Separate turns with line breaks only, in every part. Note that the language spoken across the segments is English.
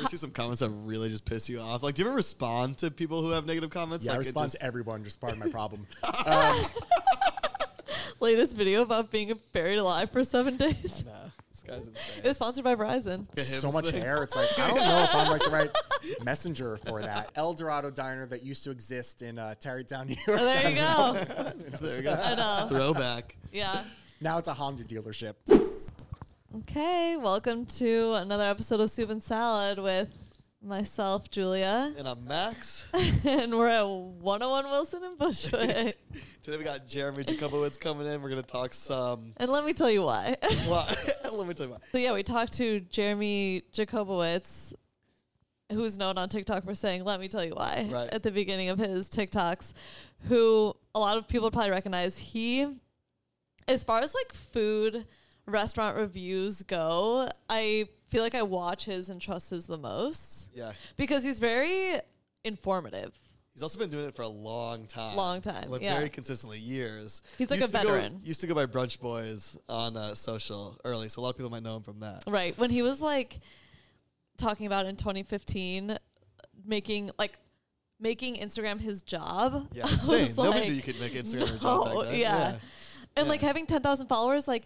You see some comments that really just piss you off. Like, do you ever respond to people who have negative comments?
Yeah,
like,
I
it
respond
just-
to everyone. Just part of my problem.
Latest video about being buried alive for seven
This
days.
guy's insane.
It was sponsored by Verizon.
so much hair. It's like I don't know if I'm like the right messenger for that El Dorado diner that used to exist in uh, Tarrytown, New York.
Oh, there you go.
There you
I
go.
know.
Throwback.
Yeah.
Now it's a Honda dealership. uh,
Okay. Welcome to another episode of Soup and Salad with myself, Julia,
And I'm Max.
and we're at 101 Wilson and Bushwick.
Today we got Jeremy Jacobowitz coming in. We're going to talk some.
and let me tell you why.
Well, let me tell you what.
So yeah, we talked to Jeremy Jacobowitz, who's known on TikTok for saying "Let me tell you why"
Right.
at the beginning of his TikToks. Who a lot of people probably recognize. He, as far as like food restaurant reviews go, I feel like I watch his and trust his the most
Yeah.
because he's very informative.
He's also been doing it for a long time.
Long time,
Like
yeah.
very consistently, years.
He's like a
to go-
veteran.
used to go by Brunch Boys on uh, social early, so a lot of people might know him from that.
Right. When he was like talking about in 2015 making like making Instagram his job.
Yeah,
I was
insane. Nobody knew you
like,
could make Instagram your job back
"No,
then.
Yeah.
Yeah.
And like having 10,000 followers like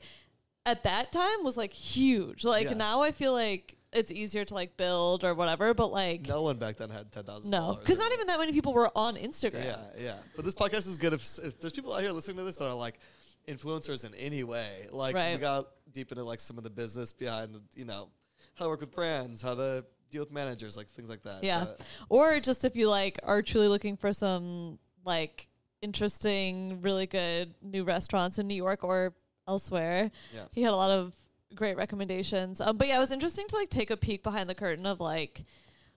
at that time was like huge. Like
Yeah.
now I feel like it's easier to like build or whatever, but like
No one back then had 10,000
no.
followers.
Cuz not even that many people were on Instagram.
Yeah, yeah. But this podcast is good if, s- if there's people out here listening to this that are like influencers in any way. Like we
Right.
got deep into like some of the business behind, you know, how to work with brands, how to deal with managers, like things like that.
Yeah.
So,
Or just if you like are truly looking for some like interesting, really good new restaurants in New York or elsewhere.
Yeah.
He had a lot of great recommendations. Um, but yeah, it was interesting to like take a peek behind the curtain of like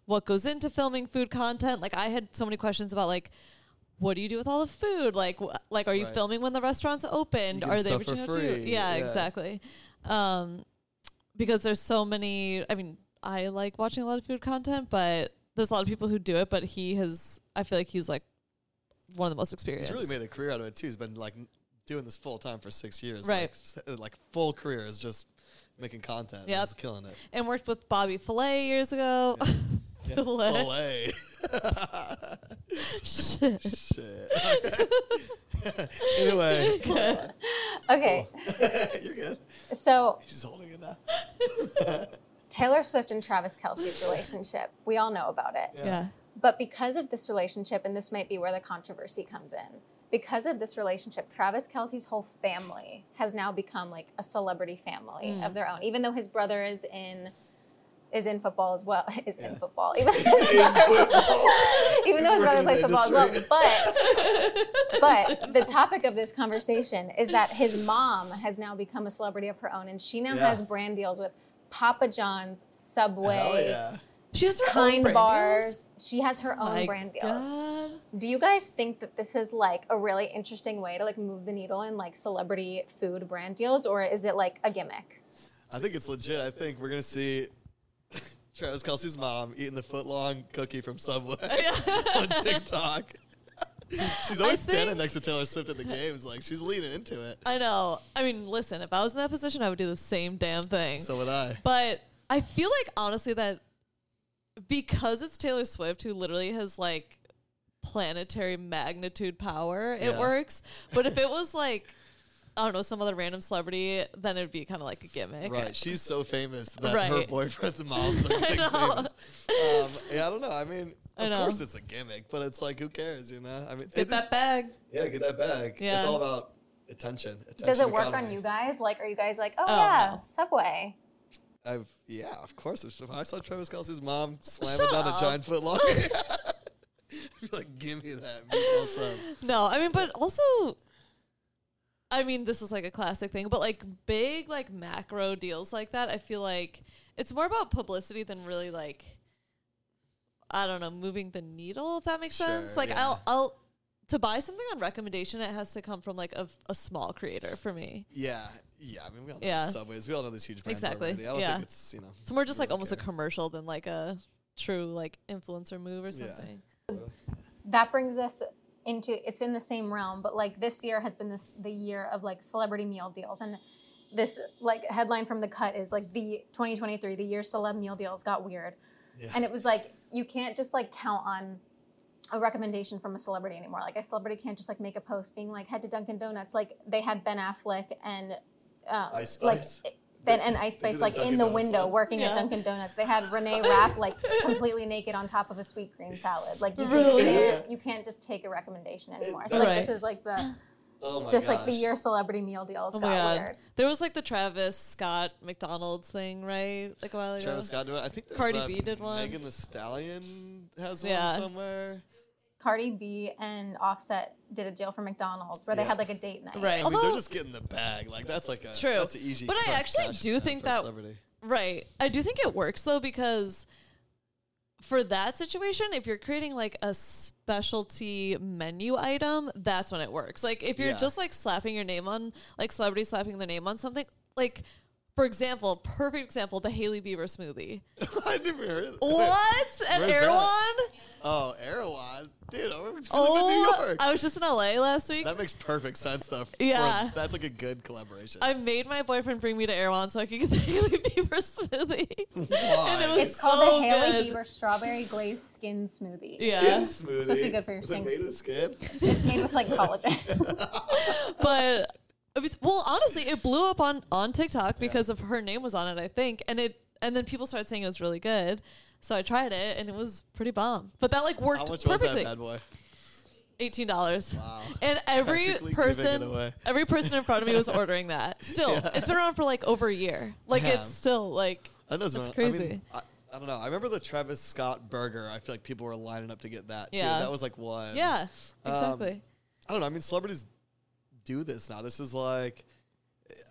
what goes into filming food content. Like I had so many questions about like what do you do with all the food? Like, wh- like, are you
Right.
filming when the restaurant's opened?
You get
Are they
stuff for
reaching out to you?
free.
Yeah,
Yeah.
exactly. Um, because there's so many i mean i like watching a lot of food content but there's a lot of people who do it but he has i feel like he's like one of the most experienced
he's really made a career out of it too. He's been like n- doing this full time for six years.
Right.
Like, s- uh, like full career is just making content. Yeah.
Yep.
He's killing it.
and worked with bobby fillet years ago
Yeah.
Filet.
Filet.
Shit.
Shit. anyway,
Okay,
you're good.
so
He's holding it now.
Taylor Swift and Travis Kelsey's relationship, we all know about it.
Yeah.
yeah
But because of this relationship, and this might be where the controversy comes in, because of this relationship, Travis Kelsey's whole family has now become like a celebrity family
Hmm.
of their own. Even though his brother is in is in football as well, is in
Yeah.
football, even, even
He's
though his
working in
brother plays
the
football as well.
industry.
But but the topic of this conversation is that his mom has now become a celebrity of her own, and she now
Yeah.
has brand deals with Papa John's,
Hell
Subway.
yeah.
she has her own
Kind
brand deals?
bars. She has her own
My
brand deals.
God.
Do you guys think that this is like a really interesting way to like move the needle in like celebrity food brand deals, or is it like a gimmick?
I think it's legit. I think we're gonna see Travis Kelsey's mom eating the foot long cookie from Subway on TikTok. she's always standing
think-
next to Taylor Swift at the games, like she's leaning into it.
i know i mean listen if i was in that position i would do the same damn thing
So would I.
But I feel like honestly that because it's Taylor Swift who literally has like planetary magnitude power, it
Yeah.
works. But if it was like I don't know some other random celebrity, then it'd be kind of like a gimmick.
Right, she's so famous that her
Right.
boyfriend's moms are getting
know.
famous. Um, yeah, I don't know. I mean,
I
of
know.
course it's a gimmick, but it's like, who cares? You know? I mean,
Get
it-
that bag.
yeah, get that back.
Yeah.
It's all about attention. attention
Does it work on
economy.
you guys? Like, are you guys like, oh,
Oh,
yeah,
no.
Subway?
I've yeah, of course. If if I saw Travis Kelsey's mom slamming
Shut
down a
up.
giant foot long, I'd be like, give me that meatball sub.
No, I mean, but also, I mean, this is like a classic thing, but like big like macro deals like that, I feel like it's more about publicity than really like I don't know, moving the needle, if that makes
Sure,
sense. Like
yeah.
I'll I'll to buy something on recommendation, it has to come from like a, f- a small creator for me.
Yeah, yeah. I mean, we all know
Yeah.
the Subways. We all know these huge brands
Exactly,
already. I don't
yeah.
think it's you know.
It's more just
we
like
don't
almost a
care.
commercial than like a true like influencer move or
Yeah.
something.
that brings us into it's in the same realm but like this year has been this the year of like celebrity meal deals and this like headline from the cut is like the 2023 the year celeb meal deals got weird
Yeah.
and it was like you can't just like count on a recommendation from a celebrity anymore like a celebrity can't just like make a post being like head to dunkin donuts like they had ben affleck and um,
Ice
like
Spice.
then
They-
and Ice
they did
Spice
the
like
Dunkin'
in the
Donuts
window
one.
working
Yeah.
at Dunkin' Donuts. They had Renee Rapp like completely naked on top of a sweet green salad. Like you
Really?
just can't you can't just take a recommendation anymore. So like
Right.
this is like the
Oh my
just like the
gosh.
year celebrity meal deals
Oh my
got
god.
weird.
There was like the Travis Scott McDonald's thing, right? Like a while ago.
Travis Scott did one. I think there's
Cardi
that
B did one.
Megan the Stallion has
Yeah.
one somewhere.
Cardi B and Offset did a deal for McDonald's where they
Yeah.
had like a date night.
Right.
I mean,
Although-
they're just getting the bag. Like that's like a
True.
That's an easy.
But I
cut
actually
cash
do
grab
think
for a
that-
celebrity.
Right. I do think it works though because for that situation, if you're creating like a specialty menu item, that's when it works. Like if you're
Yeah.
just like slapping your name on like celebrity slapping their name on something, like for example, perfect example, the Haley Bieber smoothie.
I never heard of that.
What? At
Where's that?
Erewhon?
Oh, Erewhon, dude. I was oh, in New
Oh,
York.
I was just in LA last week.
that makes perfect sense though. for-
Yeah.
that's like a good collaboration.
I made my boyfriend bring me to Erewhon so I could get the Haley Bieber smoothie. and it was
It's called
so
the Haley
good.
Bieber strawberry glazed skin smoothie.
Yeah.
smoothie.
supposed to be good for your
Is it
skin.
made of skin?
It's made with like collagen.
but it was, well, honestly, it blew up on on TikTok because of her name was on it, I think, and it and then people started saying it was really good. So I tried it and it was pretty bomb. But that like worked
How much was
perfectly.
that bad boy?
Eighteen dollars.
Wow.
And every
Practically giving it
person,
away.
every person in front of me was ordering that. Still, it's been around for like over a year. Like
Damn.
it's still like
That knows
That's
when I- I,
crazy.
mean, I, I don't know. I remember the Travis Scott burger. I feel like people were lining up to get that too.
Yeah.
That was like one.
yeah,
Um,
exactly.
I don't know. I mean, celebrities do this now. This is like,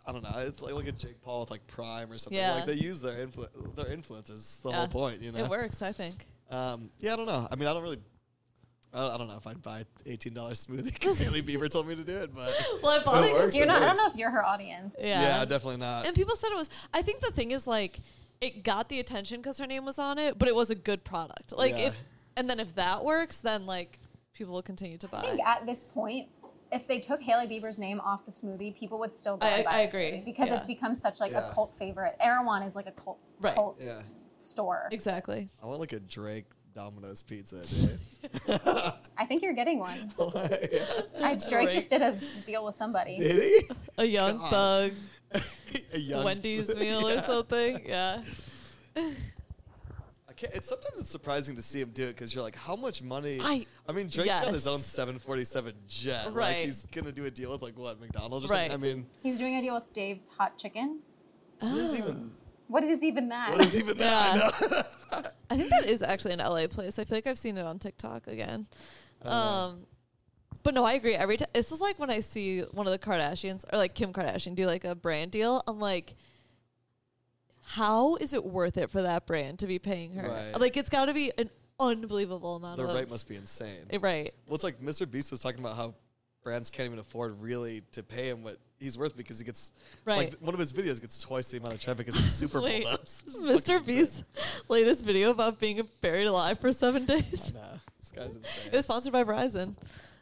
I don't know. It's like like a Jake Paul with like Prime or something.
Yeah.
Like they use their influ- their influences. The
Yeah.
whole point, you know.
It works, I think.
Um, yeah, I don't know. I mean, I don't really. I don't, I don't know if I'd buy eighteen dollars smoothie because Haley Bieber told me to do it, but
Well, I bought it 'cause
works,
You're not. I
works.
don't know if you're her audience.
Yeah.
yeah. definitely not.
and people said it was i think the thing is like it got the attention because her name was on it but it was a good product like
Yeah.
if and then if that works then like people will continue to buy
I think at this point, if they took Haley Bieber's name off the smoothie, people would still go
I-
and buy
I
the
agree.
smoothie because
Yeah.
it becomes such like
Yeah.
a cult favorite. Erewhon is like a cult
Right.
cult
Yeah,
store.
exactly
I want like a Drake Domino's pizza, dude.
I think you're getting one. I, Drake,
Drake.
just did a deal with somebody.
Did
a young
God.
thug
he? a young
wendy's meal or
Yeah.
something yeah
I can't, it's sometimes it's surprising to see him do it because you're like, how much money?
I-
mean, Drake's got his own
yes.
747 jet. Like
Right.
he's gonna do a deal with like what McDonald's or
Right.
something. I mean,
He's doing a deal with Dave's Hot Chicken.
what is even
What is even that?
what is even that?
Ah. Yeah.
I know.
i think that is actually an la place i feel like i've seen it on tiktok again um but no, I agree. Every time this is like when I see one of the Kardashians or like Kim Kardashian do like a brand deal, I'm like, how is it worth it for that brand to be paying her?
Right.
Like it's got to be an unbelievable amount
The
of
rate must be insane.
Eh, right.
Well, it's like Mr. Beast was talking about how brands can't even afford really to pay him what he's worth because he gets
Right.
like th- one of his videos gets twice the amount of traffic as the Super Bowl
Wait,
does.
this is Mr. B's latest video about being buried alive for seven days.
Nah, this guy's insane.
It was sponsored by Verizon.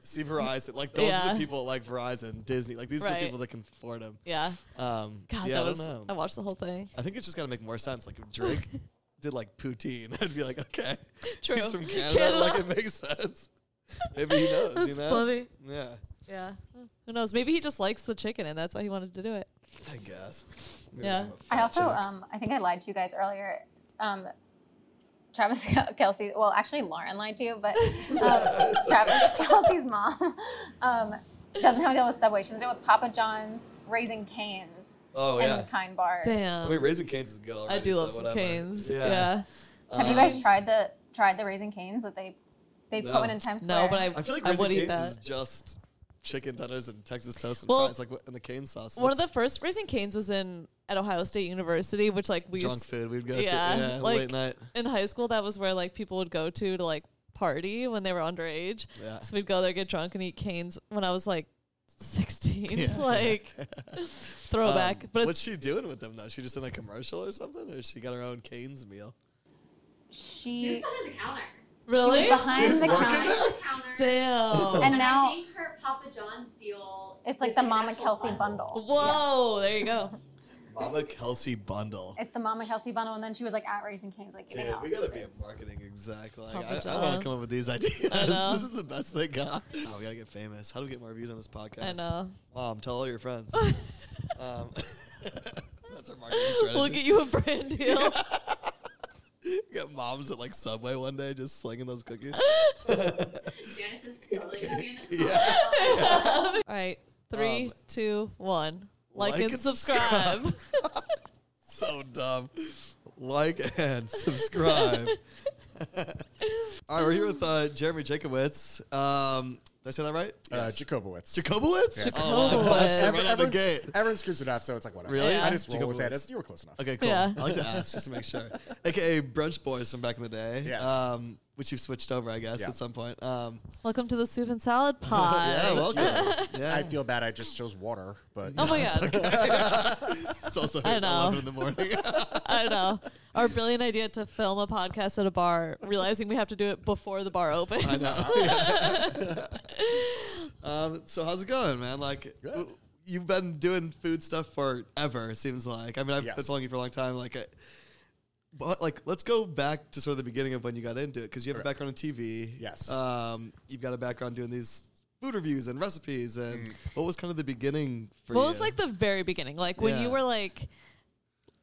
See Verizon, like those are
Yeah.
the people like Verizon, Disney, like these are
Right.
the people that can afford him.
Yeah.
Um,
God,
yeah,
that
I
was.
don't know.
I watched the whole thing.
I think it's just gotta make more sense. Like if Drake did like poutine, I'd be like, okay,
True.
he's from Canada,
Canada.
like it makes sense. Maybe he knows, you
That's
know?
funny.
Yeah,
Yeah. Who knows? Maybe he just likes the chicken and that's why he wanted to do it.
I guess. Maybe
Yeah.
I'm a
I
fat
also,
chick.
um, I think I lied to you guys earlier. Um, Travis Kelsey, well, actually Lauren lied to you, but um, Travis Kelsey's mom um, doesn't have a deal with Subway. She's deal with Papa John's, Raising Canes,
Oh,
and
yeah.
Kind Bars.
Damn.
I mean, Raising Canes is good already.
Um, I do
so
love some
whatever.
canes. Yeah.
Have you guys tried the tried the Raising Canes that they they
No.
put one in Times Square?
No, but I,
I feel like
I
Raising
would eat
Canes
that.
is just chicken tenders and Texas toast and
Well,
fries, like what, and the cane sauce.
One of the
What's
first Raising Canes was in at Ohio State University, which like we
junk
used
food we'd go
yeah,
to, yeah,
like-
late night.
in high school. That was where like people would go to to like party when they were underage.
Yeah.
So we'd go there, get drunk, and eat canes. When I was like sixteen,
Yeah.
like
Um,
throwback. but
what's she
it's
doing with them though? She just in a commercial or something, or she got her own Canes meal?
She,
behind the counter.
really
she was behind
She's
the
working
counter.
there?
Counter.
damn.
And
And
now-
I think her Papa John's deal.
It's like
is
the
an
Mama
actual
Kelsey
bundle.
bundle.
Whoa, there you go.
Mama Kelsey bundle.
It's the Mama Kelsey bundle, and then she was like at Raising Cane's, like giving
Dude,
out.
we gotta be a marketing exec. Like,
Papa
I, I want
John.
to come up with these ideas.
know.
this is the best they got. Oh, we gotta get famous. How do we get more views on this podcast?
I know.
Mom, tell all your friends. um, that's our marketing strategy.
We'll get you a brand deal.
Get moms at like Subway one day just slinging those cookies.
Janice is totally gonna be in this
Yeah.
All right, three,
Um,
two, one. Like,
like
and
and
subscribe.
so dumb. Like and subscribe. All right, we're here with uh, Jeremy Jacobowitz. Um, did I say that right?
Uh,
Yes.
Jacobowitz.
Jacobowitz? Oh my gosh,
Jacobowitz.
right
Every-
out the
everyone,
gate.
everyone screws it up, so it's like whatever.
Really?
Yeah.
I just roll with
Jacobowitz.
that. It's- You were close enough.
Okay, cool.
Yeah.
I like to ask just to make sure. AKA Brunch Boys from back in the day.
Yes.
Um, which you've switched over, I guess,
Yeah.
at some point. Um,
Welcome to the soup and salad pod.
yeah, welcome. yeah.
I feel bad. I just chose water, but
Oh my god,
it's also
I know.
11 in the morning.
I know. Our brilliant idea to film a podcast at a bar, realizing we have to do it before the bar opens.
I know. um, so how's it going, man? Like,
Good.
w- you've been doing food stuff forever. It seems like. I mean, I've been
Yes.
following you for a long time. Like, I, but like, let's go back to sort of the beginning of when you got into it because you have a background in TV.
Yes.
Um, you've got a background doing these food reviews and recipes. And
Mm.
what was kind of the beginning for
What
you?
was like the very beginning? Like when
Yeah.
you were like,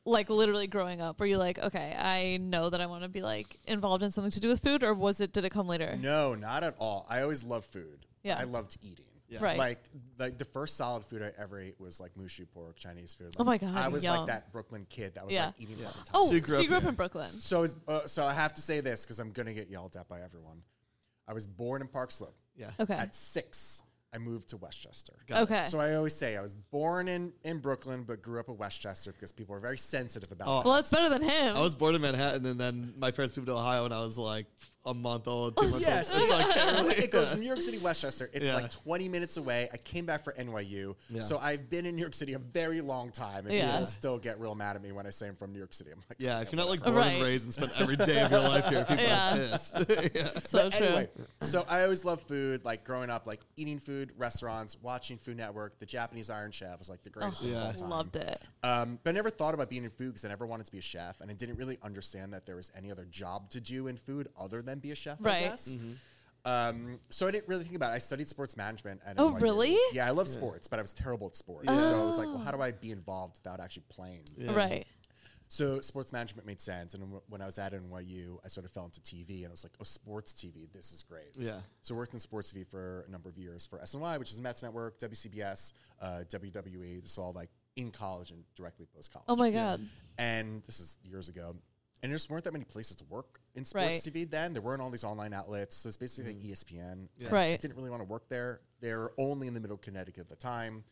like literally growing up, were you like, okay, I know that I want to be like involved in something to do with food, or was it? Did it come later?
no, not at all. I always loved food.
Yeah.
I loved eating.
Yeah.
Right.
Like, like the first solid food I ever ate was like mushu pork, Chinese food.
Oh
Like,
my God,
I was
yum.
like that Brooklyn kid that was
Yeah.
like eating fucking tons.
oh,
So you grew
so
up
you grew up
here.
in Brooklyn.
So is uh, so I have to say this because I'm gonna get yelled at by everyone. I was born in Park Slope.
yeah.
Okay.
At six, I moved to Westchester.
okay.
So I always say I was born in, in Brooklyn but grew up in Westchester because people are very sensitive about.
Oh,
well, that's better than him.
I was born in Manhattan, and then my parents moved to Ohio, and I was like a month old,
Oh,
two months
Yes,
old. So I can't really-
it goes from New York City, Westchester. It's
Yeah.
like 20 minutes away. I came back for NYU, so I've been in New York City a very long time, and
Yeah.
people still get real mad at me when I say I'm from New York City. I'm like,
Yeah, if you're not like
Right.
born and raised and spent every day of your life here, people
Yeah.
are pissed. yeah.
so
But
true.
anyway, so I always loved food, like growing up, like eating food, restaurants, watching Food Network. The Japanese Iron Chef was like the greatest thing of
yeah.
all time.
Oh, Loved it.
Um, but I never thought about being in food because I never wanted to be a chef, and I didn't really understand that there was any other job to do in food other than be a chef.
Right.
I guess. Um, so I didn't really think about it. I studied sports management. At
Oh,
NYU.
really?
Yeah, I love sports, but I was terrible at sports. So it was like, well, how do I be involved without actually playing?
Right.
So sports management made sense, and w- when I was at NYU, I sort of fell into TV, and I was like, "Oh, sports TV, this is great."
Yeah.
So I worked in sports TV for a number of years for SNY, which is Mets Network, WCBS, uh, WWE. This is all like in college and directly post college.
Oh my god.
And this is years ago, and there just weren't that many places to work in sports
Right.
TV then. There weren't all these online outlets, so it's basically like E ESPN. And I
Right.
didn't really want to work there. They were only in the middle of Connecticut at the time.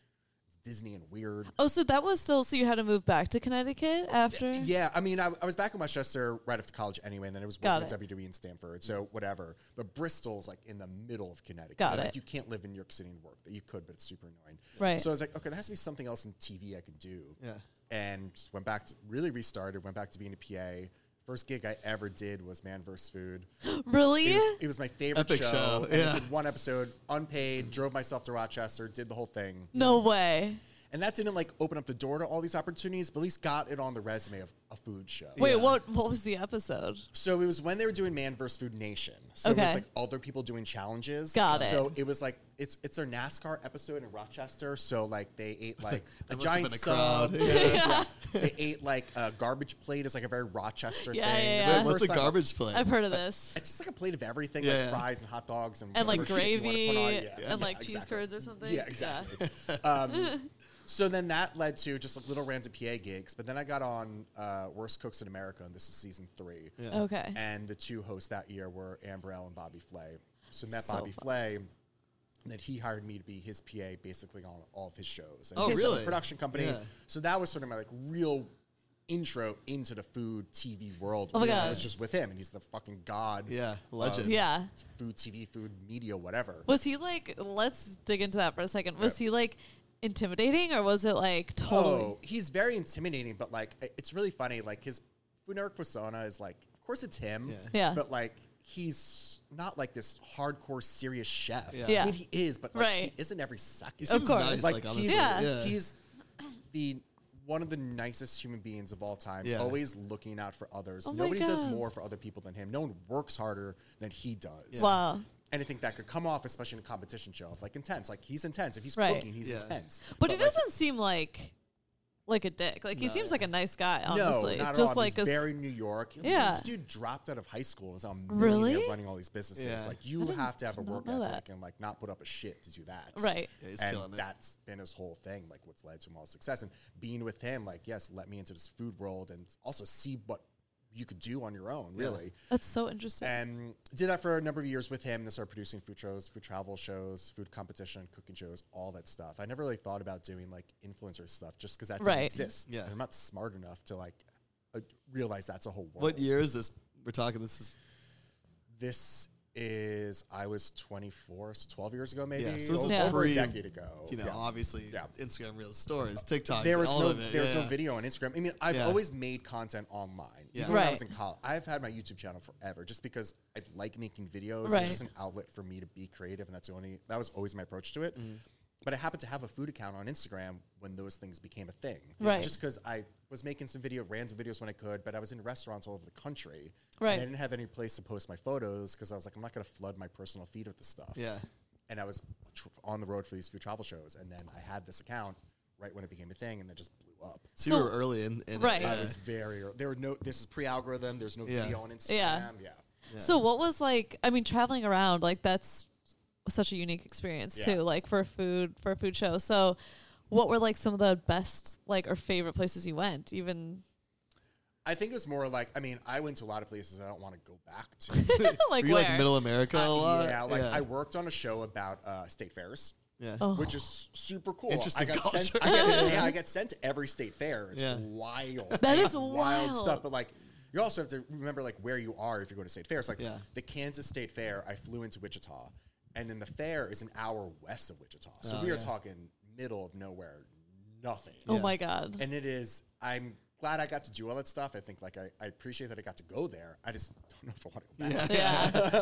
It's Disney and weird.
Oh, so that was still. So you had to move back to Connecticut after.
Yeah, I mean, I, I was back in Westchester right after college anyway, and then I was
Got
working at WWE in Stanford, so whatever. But Bristol's like in the middle of Connecticut.
Got
like,
it.
You can't live in New York City and work. You could, but it's super annoying.
Right.
So I was like, okay, there has to be something else in TV I can do.
Yeah.
And just went back to really restarted. Went back to being a PA. First gig I ever did was Man vs. Food.
Really?
It was, it was my favorite
Epic
show.
show,
and
yeah.
I did one episode, unpaid. Drove myself to Rochester. Did the whole thing.
no way.
And that didn't like open up the door to all these opportunities, but at least got it on the resume of a food show.
Wait, what? What was the episode?
So it was when they were doing Man vs. Food Nation. So it
Okay.
was like other people doing challenges.
Got it.
So it was like it's it's their NASCAR episode in Rochester. So like they ate like
must
a
have
giant
been a
sub.
crowd.
Yeah, yeah. They ate like a garbage plate. It's like a very Rochester
Yeah,
thing.
yeah,
It's
yeah.
the
Wait, what's
first
a
time-
garbage plate?
I've heard of this.
It's just like a plate of everything,
Yeah.
like fries and hot dogs and
and like
whatever shit you wanna
gravy
put on.
and
Yeah.
like
Yeah,
cheese
exactly.
curds or something.
Yeah, exactly. um, so then that led to just like little random PA gigs, but then I got on uh, Worst Cooks in America, and this is season three.
Okay.
And the two hosts that year were Ambrell and Bobby Flay. So met
So
Bobby
fun.
Flay, that he hired me to be his PA basically on all of his shows. And
Oh,
he set up a
really?
Production company.
Yeah.
So that was sort of my like real intro into the food TV world.
Oh my
was that I
God.
was just with him, and he's the fucking god.
Yeah, legend.
Yeah.
Food TV, food media, whatever.
Was he like? Let's dig into that for a second. Was he like intimidating, or was it like totally?
Oh, he's very intimidating, but like i- it's really funny. Like his Food Network persona is like, of course it's him,
Yeah.
Yeah.
but like he's not like this hardcore serious chef.
Yeah.
Yeah.
I mean he is, but like,
Right.
he isn't every second.
He seems
course.
nice, like,
like,
honestly.
he's,
Yeah.
he's the one of the nicest human beings of all time.
Yeah.
Always looking out for others.
Oh my
Nobody does
God.
more for other people than him. No one works harder than he does.
Wow.
And I think that could come off, especially in a competition show, of like intense. Like he's intense. If he's
Right.
cooking, he's
Yeah.
intense.
But, it
like,
doesn't seem like like a dick. Like he seems like a nice guy, honestly.
No, not
Just
at all.
like
he's
a s-
very New York. Listen,
Yeah.
this dude dropped out of high school and is now a
Really?
millionaire running all these businesses.
Yeah.
Like you have to have a
did not
work
know
ethic
that.
and like not put up a shit to do that.
right.
Yeah, he's
and
killing it.
that's been his whole thing, like what's led to him all success. And being with him, like, yes, let me into this food world and also see what you could do on your own, really.
That's so interesting.
And did that for a number of years with him. And then started producing food shows, food travel shows, food competition, cooking shows, all that stuff. I never really thought about doing like influencer stuff just because that didn't
Right.
exist.
Yeah.
And I'm not smart enough to like uh, realize that's a whole world.
What year is this? We're talking. This is
This is, I was 24, so 12 years ago maybe.
yeah. So this is
Yeah.
over
pre-
a decade ago.
You know,
Yeah.
obviously,
Yeah.
Instagram Reels, stories, TikToks,
there was
all
no
of it.
there was
yeah.
no video on Instagram. I mean, I've
Yeah.
always made content online.
Yeah.
Even when I was in
Right.
college, I've had my YouTube channel forever, just because I like making videos.
Right.
It's just an outlet for me to be creative, and that's the only that was always my approach to it.
Mm-hmm.
But I happened to have a food account on Instagram when those things became a thing.
Right.
Just because I was making some video, random videos when I could, but I was in restaurants all over the country.
Right.
And I didn't have any place to post my photos because I was like, I'm not going to flood my personal feed with this stuff
Yeah.
and I was tr- on the road for these few travel shows, and then I had this account right when it became a thing, and it just blew up.
So, you
So-
were early in, in it,
Right.
yeah.
It was very ear- there were no this is pre algorithm. There's no
Yeah.
video on Instagram.
Yeah.
Yeah,
So what was like? I mean, traveling around like that's such a unique experience
Yeah.
too. Like for a food for a food show. So what were like some of the best like or favorite places you went? Even
I think it was more like I mean I went to a lot of places I don't want to go back to.
like
Were you
where?
like Middle America a lot?
yeah, like
yeah.
I worked on a show about uh, state fairs.
yeah.
Oh.
Which is super cool.
Interesting
I got sent.
culture.
I got, yeah, I got sent to every state fair. It's
Yeah.
wild.
That is wild.
stuff. But like, you also have to remember like where you are if you're going to state fairs. Like
Yeah.
the Kansas State Fair, I flew into Wichita, and then the fair is an hour west of Wichita. So
Oh,
we are
yeah.
talking middle of nowhere, nothing.
oh my god.
And it is. I'm glad I got to do all that stuff. I think like I, I appreciate that I got to go there. I just don't know if I want to go back.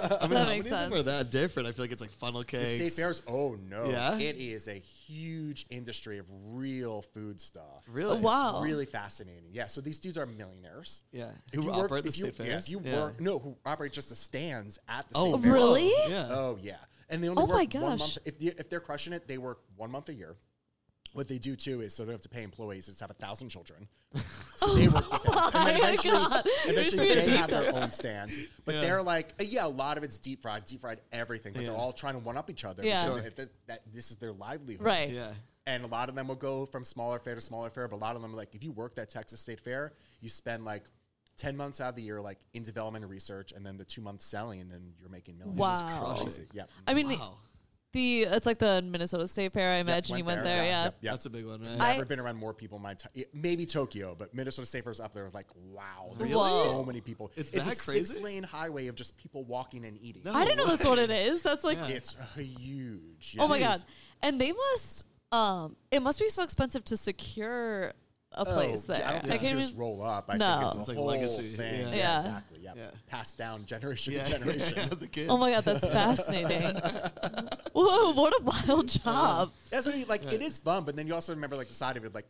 yeah.
I mean,
that
how many
makes
of them are
sense.
that different? I feel like it's like funnel cakes.
The state fairs, oh no.
Yeah?
It is a huge industry of real food stuff.
Really?
It's
Wow.
really fascinating. Yeah. So these dudes are millionaries.
Yeah.
If
Who
you work-
operate the
if you-
state
yeah,
fairs?
if you work, no, who operate just the stands at the
Oh,
state fair.
Really?
Yeah.
Oh, yeah. And they only
Oh
work
my
one
gosh.
month. If, the, if they're crushing it, they work one month a year. What they do too is so they don't have to pay employees. They just have a thousand children. So they work with them. And then
my
eventually,
God.
eventually
It's
they
deep
have their own stand. But
Yeah.
they're like, uh, yeah, a lot of it's deep fried, deep fried everything. But they're all trying to one up each other.
Yeah.
Because
Sure.
it- that, that this is their livelihood.
right.
Yeah.
And a lot of them will go from smaller fair to smaller fair, but a lot of them are like, if you work that Texas State Fair, you spend like 10 months out of the year like in development and research, and then the two months selling, and then you're making millions.
Wow.
Crazy. Yeah.
I mean,
Wow.
the it's like the Minnesota State Fair. I imagine you went there. yeah.
Yep, yep.
That's a big one, right?
I-
I've never been around more people in my time. Maybe Tokyo, but Minnesota State Fair's up there. Like, wow, there's
Really?
so many people.
It's
a
that crazy?
six-lane highway of just people walking and eating.
No.
I didn't know that's what it is. That's like
Yeah.
It's huge.
Oh my
yeah.
god. And they must um it must be so expensive to secure a
Oh,
place
yeah,
there.
I don't think you
can't
can just
even
roll up. I
No.
think it's a
It's like
whole
legacy,
thing.
yeah.
Yeah,
Yeah.
exactly. Yeah.
Yeah.
passed down generation
yeah.
to generation.
yeah, the kids.
Oh my god, that's fascinating. Whoa, what a wild job.
That's what I mean. Like it is fun, but then you also remember like the side of it, like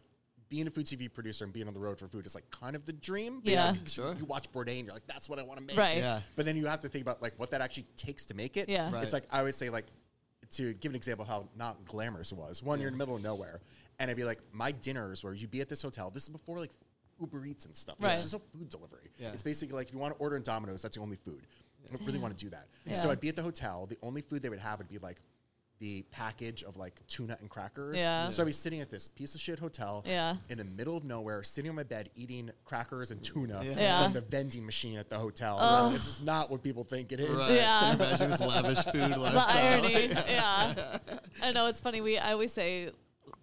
being a food TV producer and being on the road for food is like kind of the dream.
Yeah.
basically, 'cause you-
Sure.
You watch Bourdain, you're like, that's what I want to make.
Right.
Yeah.
But then you have to think about like what that actually takes to make it.
Yeah. Right.
It's like I always say like to give an example of how not glamorous it was. One, you're in the middle of nowhere, and I'd be like, my dinners where you'd be at this hotel. This is before like Uber Eats and stuff.
Right.
There's no food delivery.
Yeah.
It's basically like if you want to order in Domino's, that's the only food. I don't really want to do that.
Yeah.
So I'd be at the hotel. The only food they would have would be like the package of like tuna and crackers.
Yeah.
So I'd be sitting at this piece of shit hotel
Yeah.
in the middle of nowhere, sitting on my bed eating crackers and tuna
Yeah.
from the vending machine at the hotel.
Oh.
This is not what people think it is.
Right.
Yeah.
Can you imagine this lavish food
the
lifestyle.
irony. yeah. I know it's funny. We I always say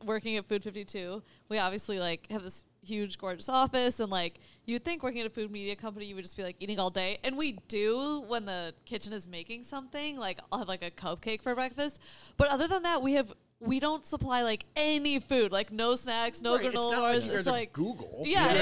working at Food 52, we obviously like have this huge gorgeous office and like you'd think working at a food media company you would just be like eating all day and we do when the kitchen is making something like I'll have like a cupcake for breakfast but other than that we have we don't supply like any food like no snacks no
Right, it's not
granola
like
bars
you
it's
guys are
like
Google.
yeah
Yeah,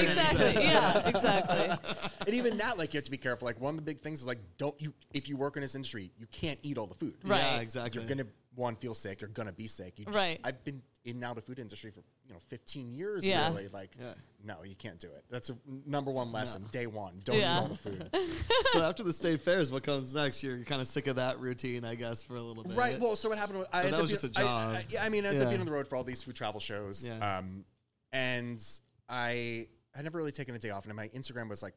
exactly yeah exactly
And even that, like, you have to be careful. Like, one of the big things is like, don't you, if you work in this industry, you can't eat all the food.
Right.
Yeah, exactly.
You're gonna one feel sick. You're gonna be sick. You just,
Right.
I've been in now the food industry for you know 15 years.
Yeah.
Really, like,
Yeah.
no, you can't do it. That's a number one lesson. Day one, don't
Yeah.
eat all the food.
so after the state fairs, what comes next? You're kind of sick of that routine, I guess, for a little bit.
Right. Well, so what happened? Was, I
So
ended
that
up
was just
being-
a
I-
job.
I, yeah, I mean, I ended
Yeah.
up being on the road for all these food travel shows.
Yeah.
Um, and I had never really taken a day off, and my Instagram was like,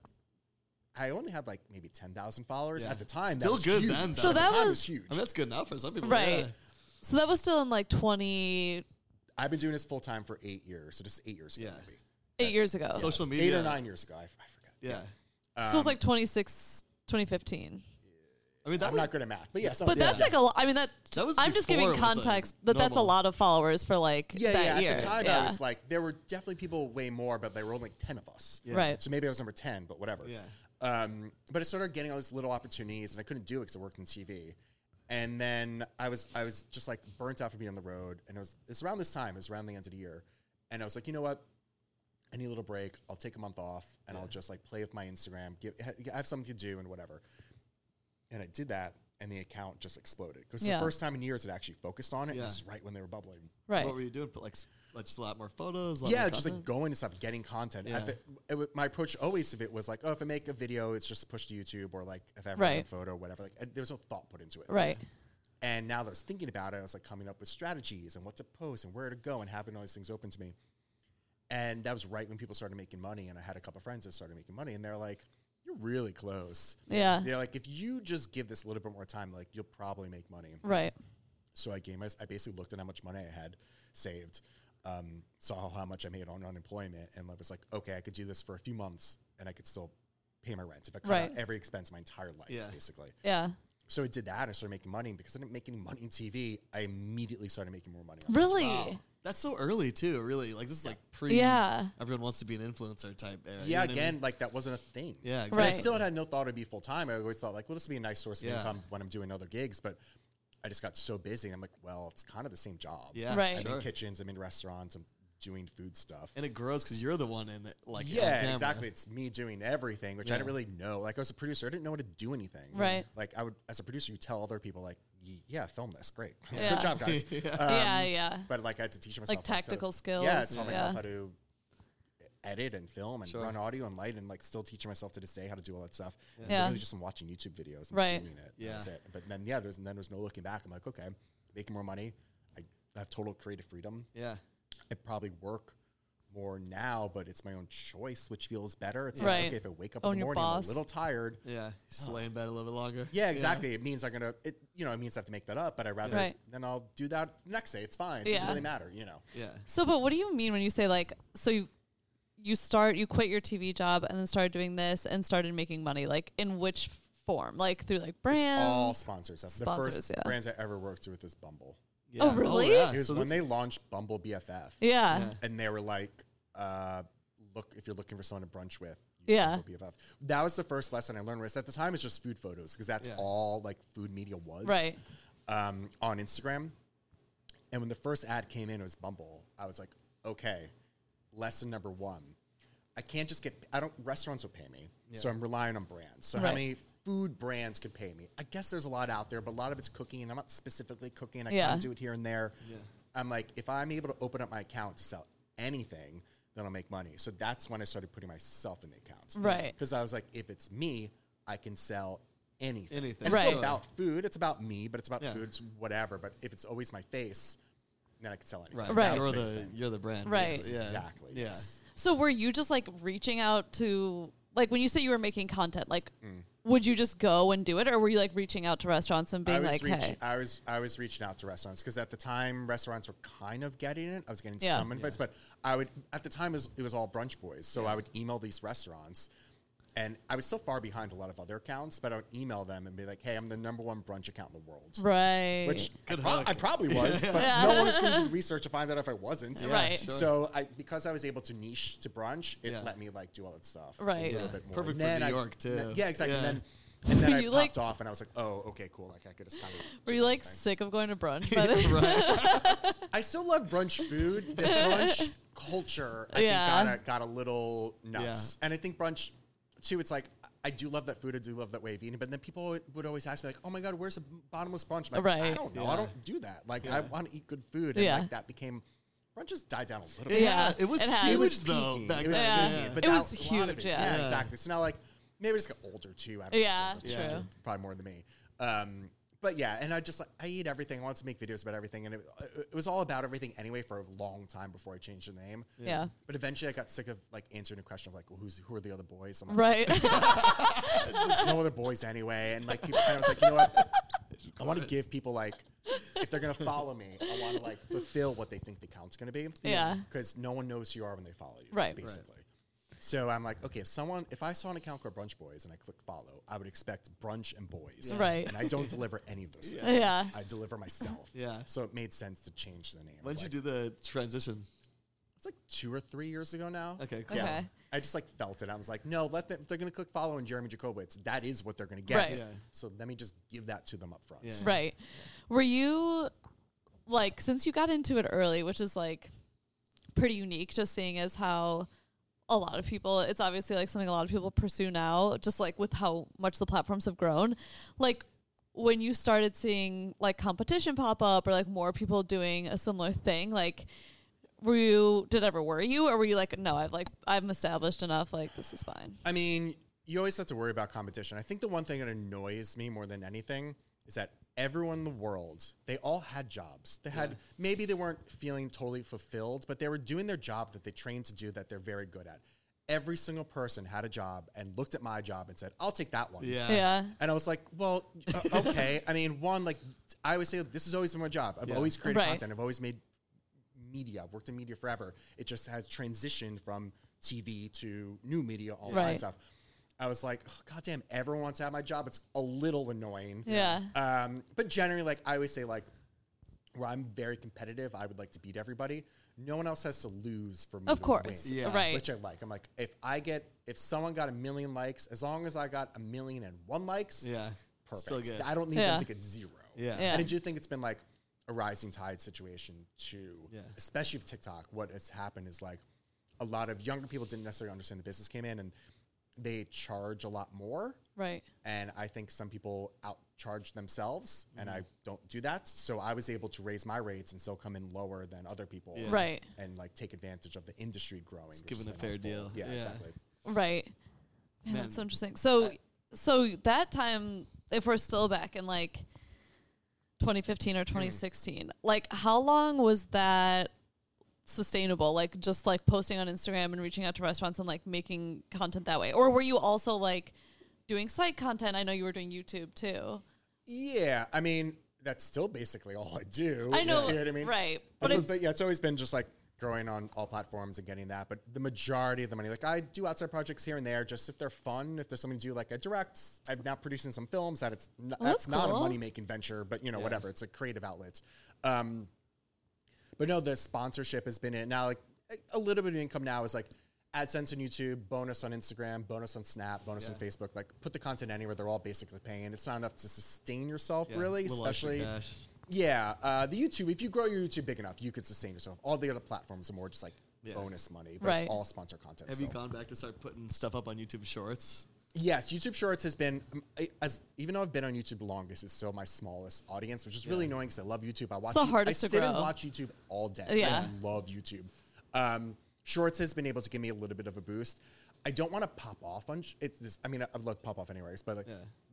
I only had like maybe ten thousand followers
Yeah.
at the time.
Still
that was
good
huge.
then,
So
At the
that
time, it
was-
huge.
I mean, that's good enough for some people.
right
yeah.
so that was still in like 20
I've been doing this full time for eight years, so just eight years ago,
Yeah.
maybe.
eight years ago
Social
It's
media.
eight or nine years ago. I, f- I forgot.
Yeah.
So
um,
it was like 26, 2015.
I mean, that
I'm
was
not good at math, but yeah, something
But
like
that's
that.
like a lot. I mean, that,
That was
I'm just
before
giving
it was, like,
context that that's a
normal.
lot of followers for like
yeah,
that
yeah.
year.
At the time,
yeah.
I was like, there were definitely people way more, but there were only like ten of us.
Right.
So maybe I was number 10, but whatever.
Yeah.
Um, but I started getting all these little opportunities and I couldn't do it because I worked in TV. And then I was I was just like burnt out from being on the road. And it was it's around this time, it was around the end of the year. And I was like, you know what? I need a little break. I'll take a month off and I'll just like play with my Instagram, give ha- I have something to do and whatever. And I did that and the account just exploded. Because
Yeah.
the first time in years it actually focused on it.
Yeah.
And this is right when they were bubbling
right.
What were you doing? Put, like, s- like just a lot more photos. a lot
yeah,
more
just
content?
like going to stuff, getting content.
Yeah.
At the, it, wa- my approach always of it was like, oh, if I make a video, it's just pushed to YouTube, or like if I ever make
Right.
a photo, whatever. Like uh, there was no thought put into it.
Right.
And now that I was thinking about it, I was like coming up with strategies and what to post and where to go and having all these things open to me. And that was right when people started making money, and I had a couple friends that started making money, and they're like, "You're really close."
Yeah.
They're like, "If you just give this a little bit more time, like you'll probably make money."
Right.
So I gave my, I basically looked at how much money I had saved, um, saw how much I made on unemployment, and I was like, okay, I could do this for a few months, and I could still pay my rent if I cut
Right.
out every expense my entire life,
Yeah.
basically.
Yeah.
So I did that. and I started making money because I didn't make any money in TV. I immediately started making more money. on that.
Really?
Wow. That's so early too. Really, like this is like pre.
Yeah.
Everyone wants to be an influencer type. Era, you
Yeah,
know what I
again,
mean?
like that wasn't a thing.
Yeah,
But
exactly.
I
Right.
still had no thought it'd be full time. I always thought like, well, this would be a nice source of
Yeah.
income when I'm doing other gigs. But I just got so busy, and I'm like, well, it's kind of the same job.
Yeah,
Right.
I'm
sure.
in kitchens, I'm in restaurants, I'm doing food stuff.
And it grows because you're the one in it. Like on
yeah,
camera.
exactly. It's me doing everything, which I didn't
Yeah.
really know. Like I was a producer, I didn't know how to do anything.
Right.
Like I would, as a producer, you tell other people like, "Y- yeah, film this, great,
Yeah.
good job, guys.
Yeah.
Um,
yeah. Yeah.
But like I had to teach myself how to-
tactical skills.
Yeah, tell
Yeah.
myself how to edit and film and
Sure.
run audio and light and like still teaching myself to this day how to do all that stuff.
Yeah.
Literally just from watching YouTube videos and
Right.
doing it.
Yeah.
That's it. But then yeah, there's and then there's no looking back. I'm like, okay, making more money. I have total creative freedom.
Yeah.
I probably work more now, but it's my own choice, which feels better. It's
Right.
like, okay, if I wake up
Own
in the
your
morning, I'm
boss.
a little tired.
Yeah. Just lay in bed a little bit longer.
Yeah, exactly. It means I'm gonna, it, you know, it means I have to make that up, but I rather
Right.
then I'll do that next day. It's fine. It doesn't
Yeah.
really matter, you know.
Yeah.
So, but what do you mean when you say like, so you, you start, you quit your TV job and then started doing this and started making money? Like, in which form? Like, through like brands?
It's all sponsors. That's the
Sponsors,
first
yeah.
brands I ever worked with was Bumble.
yeah.
Oh,
Oh,
really?
yeah.
It was
So
when
that's-
they launched Bumble BFF,
yeah.
Yeah.
and they were like, uh, "Look, if you're looking for someone to brunch with." use
Yeah.
Bumble BFF. That was the first lesson I learned. Was at the time it's just food photos because that's
Yeah.
all like food media was.
Right.
um, on Instagram. And when the first ad came in, it was Bumble. I was like, okay, lesson number one. I can't just get, I don't, restaurants will pay me. So I'm relying on brands. So how
Right.
many food brands could pay me? I guess there's a lot out there, but a lot of it's cooking. And I'm not specifically cooking. I
Yeah.
kind of do it here and there. I'm like, if I'm able to open up my account to sell anything, then I'll make money. So that's when I started putting myself in the accounts.
Right.
Because I was like, if it's me, I can sell anything.
Anything.
And it's
Right.
not about food. It's about me, but it's about
Yeah.
food. It's whatever. But if it's always my face, then I could sell anything.
Right.
Right.
You're
That's
the
based on-
you're the brand.
Right.
basically. Yeah.
Exactly.
Yeah.
yes. Mm.
So were you just like reaching out to like when you say you were making content, like would you just go and do it, or were you like reaching out to restaurants and
I
being
was
like,
reaching,
hey?
I was I was reaching out to restaurants because at the time restaurants were kind of getting it. I was getting
Yeah.
some invites, but I would at the time it was, it was all brunch boys, so I would email these restaurants, and I was still far behind a lot of other accounts, but I would email them and be like, "Hey, I'm the number one brunch account in the world,"
Right.
which I,
Good
pro-
luck.
I probably was, but no one was going to do research to find out if I wasn't.
Right.
sure.
So I because I was able to niche to brunch, it
Yeah.
let me like do all that stuff.
Right.
A little
Yeah.
bit more.
Perfect
And
for
then
New
I-
York,
then-
too.
yeah, exactly.
Yeah.
And then and then I
you,
popped
like-
off and I was like, oh, okay, cool. Like I could just kind of.
were you like sick of going to brunch? By the
right.
I still love brunch food. The brunch culture, I
Yeah.
think, got a, got a little nuts. And I think brunch, too, it's like, I do love that food. I do love that way of eating. But then people alwa- would always ask me, like, oh my God, where's a bottomless brunch? I'm like, I
Right.
don't know. I don't do that. Like, I want to eat good food. And
Yeah.
like, that became, brunches died down a little
Yeah.
bit.
It was
it has.
huge
It was
though.
Peaky.
Back
It was
then.
Yeah.
peaky,
It
now
was
a lot of it-
huge, yeah.
Yeah.
exactly. So now, like, maybe I just got older, too. I don't
Yeah,
know.
Yeah. true.
Probably more than me. Um, but yeah, and I just like I eat everything. I wanted to make videos about everything, and it, uh, it was all about everything anyway for a long time before I changed the name.
Yeah.
But eventually, I got sick of like answering the question of like, well, who's who are the other boys? I'm like,
Right.
there's no other boys anyway. And like, people, and I was like, you know what? I want to give people like, if they're gonna follow me, I want to like fulfill what they think the count's gonna be.
Yeah.
Because no one knows who you are when they follow you.
Right. Right.
Basically. So I'm like, okay, if someone, if I saw an account called Brunch Boys and I click follow, I would expect brunch and boys.
Right.
And I don't deliver any of those things.
Yeah.
I deliver myself.
Yeah.
So it made sense to change the name.
When did
Like,
you do the transition?
It's like two or three years ago now.
Okay, cool.
Okay.
Yeah. I just like felt it. I was like, no, let them. If they're gonna click follow on Jeremy Jacobowitz, that is what they're gonna get.
Right.
Yeah.
So let me just give that to them up front.
Yeah.
Right. Were you like since you got into it early, which is like pretty unique, just seeing as how a lot of people it's obviously like something a lot of people pursue now, just like with how much the platforms have grown. Like when you started seeing like competition pop up or like more people doing a similar thing, like were you did it ever worry you or were you like, no, I've like I'm established enough, like this is fine.
I mean, you always have to worry about competition. I think the one thing that annoys me more than anything is that everyone in the world, they all had jobs. They had maybe they weren't feeling totally fulfilled, but they were doing their job that they trained to do that they're very good at. Every single person had a job and looked at my job and said, "I'll take that one."
Yeah.
Yeah.
And I was like, well, uh, okay. I mean, one, like, I always say this has always been my job. I've
Yeah.
always created
Right.
content. I've always made media. I've worked in media forever. It just has transitioned from TV to new media, all
Right.
that stuff. I was like, oh, God damn, everyone wants to have my job. It's a little annoying.
Yeah.
Um, but generally, like, I always say, like, where I'm very competitive, I would like to beat everybody. No one else has to lose for me.
Of
to
course.
win
Yeah.
Right.
which I like. I'm like, if I get, if someone got a million likes, as long as I got a million and one likes,
Yeah.
perfect.
Still good.
I don't need
Yeah.
them to get zero.
Yeah.
Yeah.
And I do think it's been like a rising tide situation too.
Yeah.
Especially with TikTok, what has happened is like a lot of younger people didn't necessarily understand the business came in and they charge a lot more.
Right.
And I think some people outcharge themselves, and
Mm-hmm.
I don't do that. So I was able to raise my rates and still come in lower than other people
Yeah.
Right.
and like take advantage of the industry growing. which
given
has
a
been
fair
helpful.
deal.
Yeah,
Yeah.
exactly.
Right. Man,
Man.
that's so interesting. So, so that time, if we're still back in like 2015 or 2016, like how long was that sustainable? Like just like posting on Instagram and reaching out to restaurants and like making content that way, or were you also like doing site content? I know you were doing YouTube too.
Yeah, I mean that's still basically all I do.
I know,
you know what I mean?
right?
But,
But it's
but yeah, it's always been just like growing on all platforms and getting that. But the majority of the money, like I do outside projects here and there, just if they're fun, if there's something to do. Like I direct, I'm now producing some films that it's n- that's,
Oh, that's
not a
cool.
money making venture, but you know whatever. It's a creative outlet. Um, but no, the sponsorship has been in now. Like a- a little bit of income now is like AdSense on YouTube, bonus on Instagram, bonus on Snap, bonus on Facebook. Like put the content anywhere; they're all basically paying. It's not enough to sustain yourself
Yeah.
really,
Little extra
especially
cash.
yeah. Uh, the YouTube, if you grow your YouTube big enough, you could sustain yourself. All the other platforms are more just like bonus money, but
Right.
it's all sponsor content.
Have
so.
you gone back to start putting stuff up on YouTube Shorts?
Yes, YouTube Shorts has been um, I- as even though I've been on YouTube the longest, it's still my smallest audience, which is really annoying because I love YouTube. I watch
the
you-
hardest
I
to
sit and
grow.
watch YouTube all day.
Yeah.
I love YouTube. Um, Shorts has been able to give me a little bit of a boost. I don't want to pop off on. Sh- it's this, I mean, I, I love pop off anyways, but like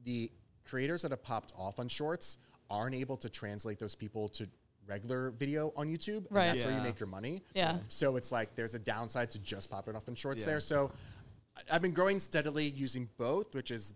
the creators that have popped off on Shorts aren't able to translate those people to regular video on YouTube.
Right.
And that's where
Yeah.
you make your money.
Yeah.
So it's like there's a downside to just popping off in shorts
Yeah.
there. So I- I've been growing steadily using both, which is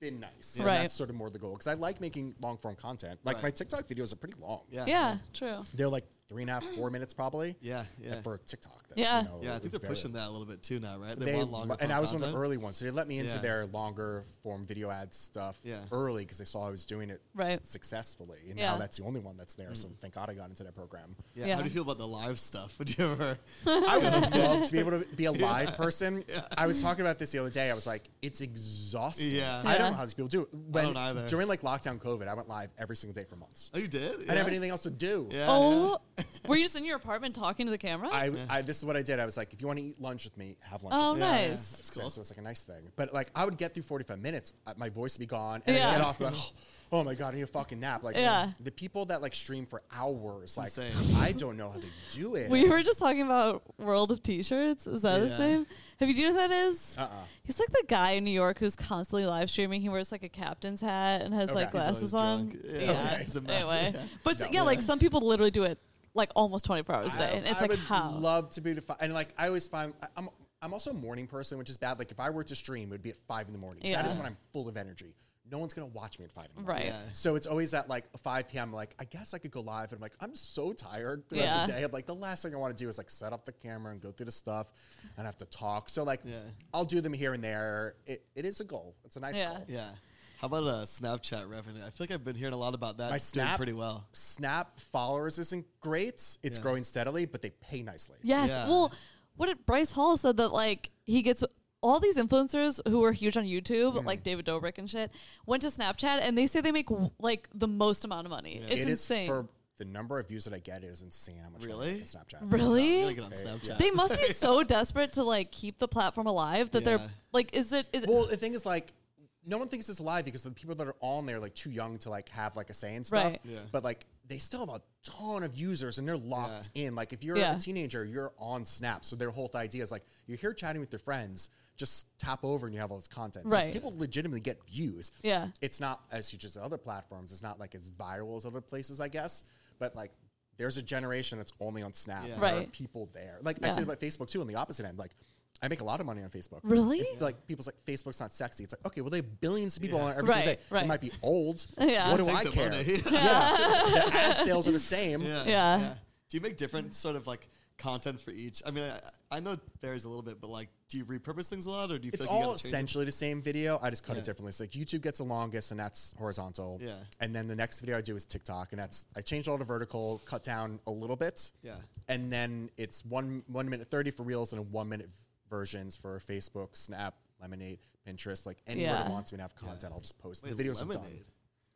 been nice.
Yeah.
And
Right.
That's sort of more the goal because I like making long form content. Like
Right.
my TikTok videos are pretty long.
Yeah.
Yeah, true.
They're like three and a half, four minutes probably.
Yeah. Yeah.
And for TikTok. That's,
Yeah.
You know,
Yeah, I think they're
very-
pushing that a little bit too now, right? They,
They,
want longer.
and
form
I was one of
content.
the early ones, so they let me into
Yeah.
their longer form video ad stuff
Yeah.
early because they saw I was doing it
Right.
successfully, and
Yeah.
now that's the only one that's there.
Mm.
So thank God I got into that program.
Yeah.
Yeah.
How do you feel about the live stuff? Would you ever? oh,
I would love to be able to be a live person. I was talking about this the other day. I was like, it's exhausting.
Yeah.
I
Yeah.
don't know how these people do it. When,
don't either.
During like lockdown COVID, I went live every single day for months.
Oh, you did?
I didn't have
Yeah.
anything else to do.
Yeah. yeah.
Oh, were you just in your apartment talking to the camera?
I, I, this is what I did. I was like, if you want to eat lunch with me, have lunch.
oh,
with me.
yeah.
nice.
That's
So-
cool.
So it's like a nice thing. But like, I would get through 45 minutes, uh, my voice would be gone, and
Yeah.
I'd get off like, oh, oh my God, I need a fucking nap. Like,
Yeah.
the people that like stream for hours, like,
insane.
I don't know how they do it.
We were just talking about World of T-shirts. Is that his
Yeah.
name? Have you do you know who that is?
Uh-uh.
He's like the guy in New York who's constantly live streaming. He wears like a captain's hat and has
Okay.
like
He's
always
glasses on.
drunk.
Yeah.
Yeah. Okay. It's a mess.
Anyway,
Yeah.
but s- yeah, like some people literally do it like almost 24 hours a
I-
day, and it's
I
like
would
how?
love to be to and like I always find I- I'm I'm also a morning person, which is bad. Like if I were to stream, it would be at five in the morning. 'cause That is
Yeah.
when I'm full of energy. No one's gonna watch me at five in the morning.
right.
Yeah.
So it's always at like 5 p.m. Like I guess I could go live, and I'm like I'm so tired throughout
Yeah.
the day. I'm like the last thing I want to do is like set up the camera and go through the stuff, and have to talk. So like
Yeah.
I'll do them here and there. It, it is a goal. It's a nice
Yeah.
goal.
Yeah. How about uh, Snapchat revenue? I feel like I've been hearing a lot about that.
My
doing
Snap
pretty well.
Snap followers isn't great.
Yeah.
It's growing steadily, but they pay nicely.
Yes.
Yeah.
Well, what did Bryce Hall said that like he gets all these influencers who are huge on YouTube, like David Dobrik and shit, went to Snapchat and they say they make w- like the most amount of money. It's
It is
insane.
for the number of views that I get it is insane how much money I
Really?
make on Snapchat.
really?
You gotta get on Snapchat.
They must be so desperate to like keep the platform alive that
Yeah.
they're like, is it is
Well, the thing is like no one thinks it's alive because the people that are on there are like too young to like have like a say and stuff.
Right.
Yeah.
But like they still have a ton of users and they're locked in. Like if you're
Yeah.
a teenager, you're on Snap. So their whole idea is like you're here chatting with your friends, just tap over and you have all this content. So
Right.
people legitimately get views.
Yeah.
It's not as huge as other platforms. It's not like as viral as other places, I guess. But like there's a generation that's only on Snap.
Yeah.
There are
Right.
People there. Like I
Yeah.
said about Facebook too on the opposite end. Like I make a lot of money on Facebook.
Really?
It's like people's like Facebook's not sexy. It's like okay, well they have billions of people on it every
Right,
single day.
right.
They might be old.
Yeah.
What do
Take
I
the
care?
money.
Yeah. the ad sales are the same.
yeah.
Yeah.
Do you make different sort of like content for each? I mean, I, I know it varies a little bit, but like, do you repurpose things a lot, or do you
It's
feel like
all
you gotta change? it?
essentially the same video. I just cut
Yeah.
it differently. It's like YouTube gets the longest, and that's horizontal.
Yeah.
And then the next video I do is TikTok, and that's I changed all to vertical, cut down a little bit.
Yeah.
And then it's one one minute thirty for reels and a one minute versions for Facebook, Snap, Lemonade, Pinterest, like anywhere
Yeah.
I want to and have content. I'll just post.
Wait,
the videos are done.
lemonade.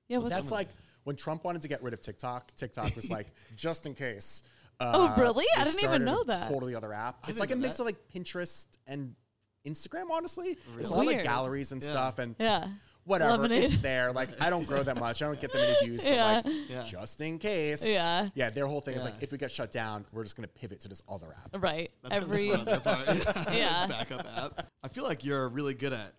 yeah what's
That's like when Trump wanted to get rid of TikTok. TikTok was like, just in case. Uh,
Oh, really? I
they
didn't even
started a
know that.
Totally other app. It's
didn't
like a
know
mix
that.
of like Pinterest and Instagram. Honestly, it's a lot of
Weird.
like galleries and
Yeah.
stuff and
yeah
whatever.
Lemonade.
It's there. Like I don't grow that much. I don't get that many views. But like,
Yeah.
just in case.
Yeah.
Yeah. Their whole thing is like,
Yeah.
if we get shut down, we're just gonna pivot to this other app.
right
That's kinda
every
smart on their part.
Yeah.
Backup app. I feel like you're really good at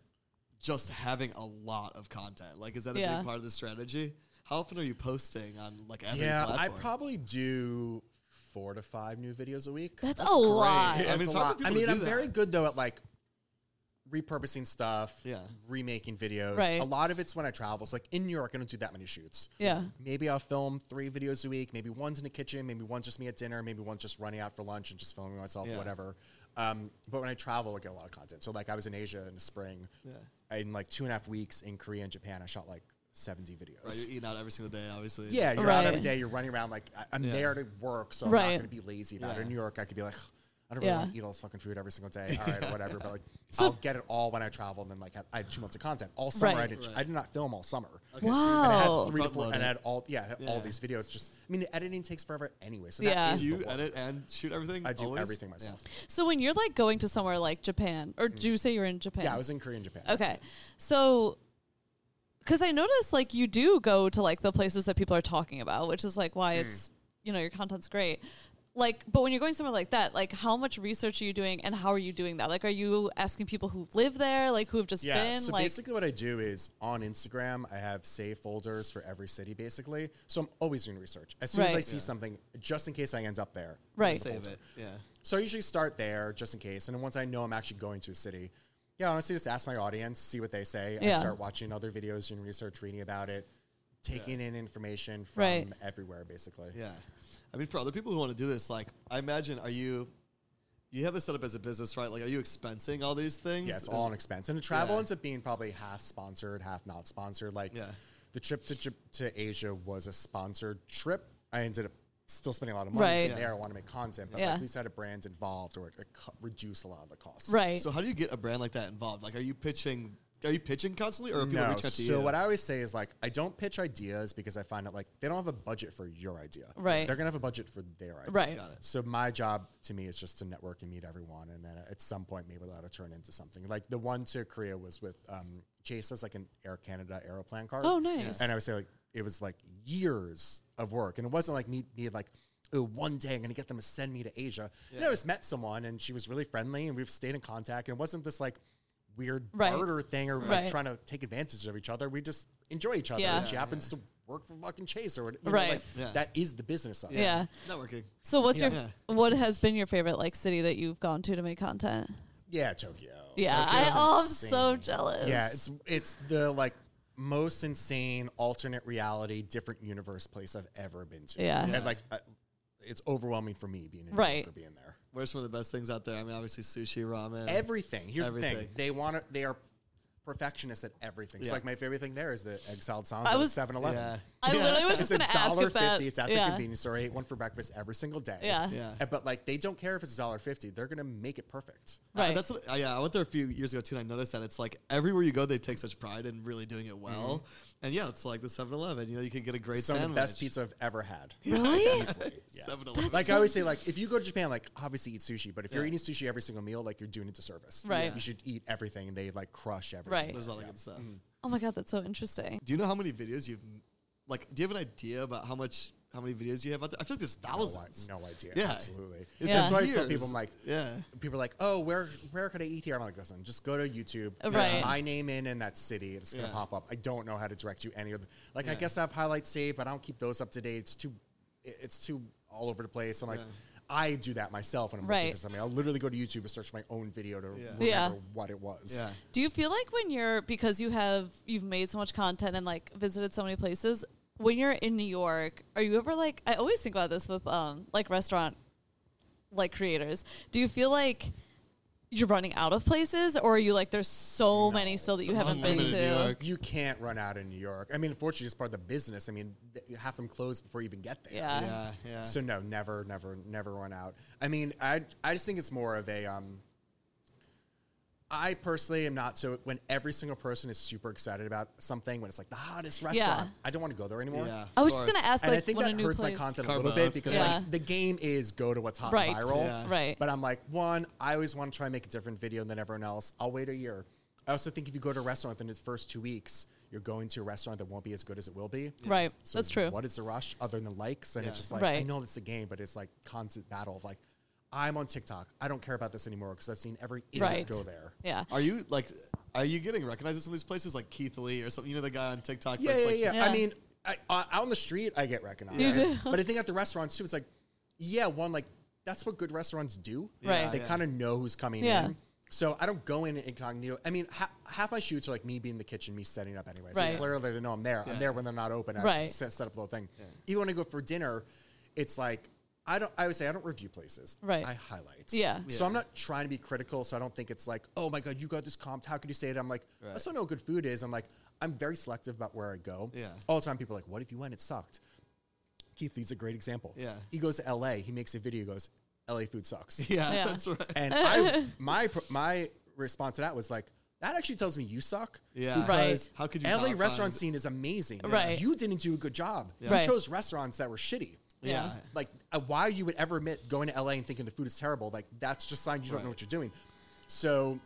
just having a lot of content. Like, is that a
Yeah.
big part of the strategy? How often are you posting on like every
Yeah. I
platform?
probably do four to five new videos a week.
that's, a
I
lot.
I
mean,
mean,
it's hard for people
I
to
mean
do
I'm
that.
very good though at like repurposing stuff,
Yeah.
remaking videos.
Right.
A lot of it's when I travel. So like in New York, I don't do that many shoots.
Yeah.
Maybe I'll film three videos a week. Maybe one's in the kitchen. Maybe one's just me at dinner. Maybe one's just running out for lunch and just filming myself,
Yeah.
whatever. Um, but when I travel, I get a lot of content. So like I was in Asia in the spring. Yeah. In like two and a half weeks in Korea and Japan, I shot like 70 videos.
Right, you're eating out every single day, obviously.
Yeah, you're out every
Right.
day. You're running around like I, I'm there to work, so I'm
Right.
not going to be lazy about it.
Yeah.
In New York, I could be like, I don't really
Yeah.
want to eat all this fucking food every single day. All right, or whatever. But like, I'll get it all when I travel, and then like I had two months of content all summer. I
Right.
did. I did not film all summer. And I had
wow
three to
Front
four,
load
and
it.
I had all yeah, I had all
Yeah.
these videos. Just I mean, editing takes forever anyway. So
Yeah.
yeah,
Do you edit and shoot everything?
I do
always?
everything myself.
Yeah.
so when you're like going to somewhere like Japan or do you say you're in Japan
Yeah. I was in Korea and Japan.
okay so because I noticed like you do go to like the places that people are talking about which is like
Hmm.
why it's you know your content's great like but when you're going somewhere like that like how much research are you doing and how are you doing that like are you asking people who live there like who have just
Yeah.
been
so
like
basically, what I do is on Instagram, I have save folders for every city, basically. So I'm always doing research. As soon as I
Right.
see something, just in case I end up there,
right
Save it. Yeah.
So I usually start there just in case. And then once I know I'm actually going to a city, Yeah, honestly, just ask my audience, see what they say. I
Yeah.
start watching other videos and research, reading about it, taking in information from
Right.
everywhere, basically.
Yeah. I mean, for other people who want to do this, like, I imagine, are you, you have this set up as a business, right? Like, are you expensing all these things?
Yeah, it's all an expense. And the travel
Yeah.
ends up being probably half sponsored, half not sponsored. Like
Yeah.
the trip to, Jap- to Asia was a sponsored trip. I ended up still spending a lot of money
Right.
so there. I want to make content, but
Yeah.
like, at least I had a brand involved or it co- reduce a lot of the costs.
Right.
So how do you get a brand like that involved? Like, are you pitching? Are you pitching constantly, or are people
No,
reach out to you?
so what I always say is like I don't pitch ideas because I find that like they don't have a budget for your idea.
Right.
They're gonna have a budget for their idea. Uh,
right.
Got it.
So my job to me is just to network and meet everyone, and then at some point maybe that'll turn into something. Like the one to Korea was with um, Chase has like an Air Canada aeroplan card.
Oh, nice.
And I would say like it was like years of work, and it wasn't like me me like. "Oh, one day I'm gonna get them to send me to Asia. And I just met someone, and she was really friendly, and we've stayed in contact. And it wasn't this like weird
Right.
barter thing or like
Right.
trying to take advantage of each other. We just enjoy each other.
Yeah.
And she
Yeah,
happens to work for fucking Chase or what- you
Right.
Know, like,
Yeah.
That is the business of it.
Yeah.
Networking.
So what's your
Yeah.
what has been your favorite like city that you've gone to to make content?
Yeah, Tokyo.
Yeah, I,
Tokyo's
oh, I'm so
insane.
jealous.
Yeah, it's it's the like most insane alternate reality, different universe place I've ever been to.
Yeah.
and like I, it's overwhelming for me being in
Right.
New York or being there.
What are some of the best things out there? I mean, obviously sushi, ramen.
Everything. Here's the thing:
Everything.
they want to. They are perfectionists at everything. It's
Yeah.
like my favorite thing there is the exiled sounds
I
at
was-
7-Eleven.
yeah,
I literally was
It's
just
a
gonna ask
dollar
if that.
fifty. It's at the
yeah.
convenience store. I ate one for breakfast every single day.
Yeah.
yeah.
Uh, But like they don't care if it's a dollar fifty. They're gonna make it perfect.
Uh,
Right.
that's what, uh, yeah. I went there a few years ago too, and I noticed that it's like everywhere you go, they take such pride in really doing it well. And yeah, it's like the 7-Eleven. You know, you can get a great
Mm-hmm. Some
sandwich.
of the best pizza I've ever had.
really?
Yeah.
7-Eleven.
Like I always say, like if you go to Japan, like obviously eat sushi, but if you're eating sushi every single meal, like you're doing it to service.
Right.
You should eat everything, and they like crush everything.
Right.
There's a lot of good stuff.
Mm-hmm.
Oh my god, that's so interesting.
Do you know how many videos you've like? Do you have an idea about how much how many videos you have out there? I feel like there's
No, I-
thousands.
no idea.
Yeah.
Absolutely.
It's
Yeah.
That's why I tell
years.
people, I'm like,
yeah,
people are like, oh, where where could I eat here? I'm like, listen, just go to YouTube, type
Right.
my name in and that city. It's gonna
Yeah.
pop up. I don't know how to direct you any other. Like, I guess I have highlights saved, but I don't keep those up to date. It's too, it- it's too all over the place. I'm like. I do that myself when I'm looking
Right.
for something. I'll literally go to YouTube and search my own video to remember
Yeah.
what it was.
yeah.
Do you feel like when you're because you have you've made so much content and like visited so many places, when you're in New York, are you ever like I always think about this with um like restaurant like creators. Do you feel like you're running out of places or are you like there's so many still that you haven't been
unlimited New
to?
York.
You can't run out in New York. I mean, unfortunately, it's part of the business. I mean, th- half them close before you even get there.
Yeah.
yeah, yeah.
So no, never, never, never run out. I mean, I I just think it's more of a um. I personally am not so when every single person is super excited about something when it's like the hottest restaurant. I don't want to go there anymore.
yeah.
I was
of
just gonna
course.
ask
And I
like
think
when
that
a new
hurts
place.
my content a
Carbo
little
out,
bit because
yeah.
like the game is go to what's hot
Right.
and viral.
Yeah.
Right.
But I'm like, one, I always want to try and make a different video than everyone else. I'll wait a year. I also think if you go to a restaurant within the first two weeks, you're going to a restaurant that won't be as good as it will be.
Right.
So
That's true.
What is the rush other than likes? And it's
Yeah.
just like I
Right.
know it's a game, but it's like constant battle of like I'm on TikTok. I don't care about this anymore because I've seen every idiot
Right.
go there.
yeah.
Are you like, are you getting recognized at some of these places, like Keith Lee or something? You know the guy on TikTok.
Yeah,
that's
yeah,
like,
yeah,
Yeah.
I mean, I, uh, out on the street, I get recognized, but I think at the restaurants too, it's like, yeah, one like that's what good restaurants do.
Right.
They
Yeah.
kind of know who's coming
Yeah.
in. So I don't go in incognito. I mean, ha- half my shoots are like me being in the kitchen, me setting up anyway. So
Right.
clearly they know I'm there. I'm there when they're not open. I
Right.
set, set up the whole thing. Even when I go for dinner, it's like I don't. I would say I don't review places.
Right.
I highlight.
Yeah.
So I'm not trying to be critical. So I don't think it's like, oh my god, you got this comped. How could you say it? I'm like, I still know what good food is. I'm like, I'm very selective about where I go.
Yeah.
All the time, people are like, what if you went? It sucked. Keith Lee's a great example.
Yeah.
He goes to L.A. He makes a video. He goes, L.A. food sucks.
yeah,
Yeah.
that's right.
And I, my pr- my response to that was like, that actually tells me you suck.
Yeah.
Right.
How could you
LA
not find-
restaurant scene is amazing.
Right.
You didn't do a good job.
Right.
You chose restaurants that were shitty.
Yeah.
Like uh, why you would ever admit going to LA and thinking the food is terrible? Like that's just sign you don't know what you're doing. So,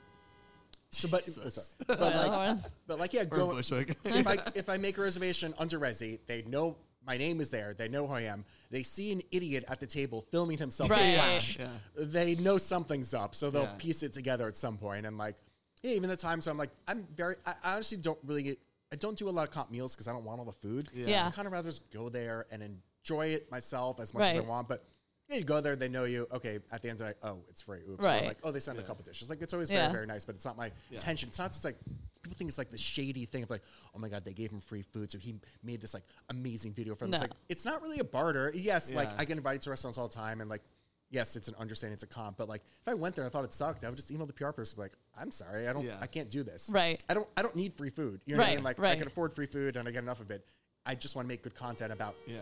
so but, oh, sorry. but like,
uh,
but like yeah,
Or
go
Bushwick.
if I if I make a reservation under Resi, they know my name is there. They know who I am. They see an idiot at the table filming himself in
Right.
flash.
Yeah.
They know something's up, so they'll
Yeah.
piece it together at some point. And like, yeah, even the time. So I'm like, I'm very. I, I honestly don't really. Get, I don't do a lot of comp meals because I don't want all the food.
Yeah.
I kind of rather just go there and enjoy it myself as much as I
Right.
want. But Yeah, you go there, they know you. Okay, at the end of the night, oh, it's free. Oops. Or
Right.
like, oh, they sent a couple dishes. Like, it's always
Yeah.
very, very nice, but it's not my intention. It's not just like, people think it's like the shady thing of like, oh my God, they gave him free food. So he made this like amazing video for him. It's
No.
like, it's not really a barter. Yes, like
Yeah.
I get invited to restaurants all the time and like, yes, it's an understanding, it's a comp. But like, if I went there and I thought it sucked, I would just email the PR person, be like, I'm sorry, I don't,
Yeah.
I can't do this.
Right.
I don't, I don't need free food. You know what I
Right,
mean? Like, I
right.
can afford free food and I get enough of it. I just want to make good content about
Yeah.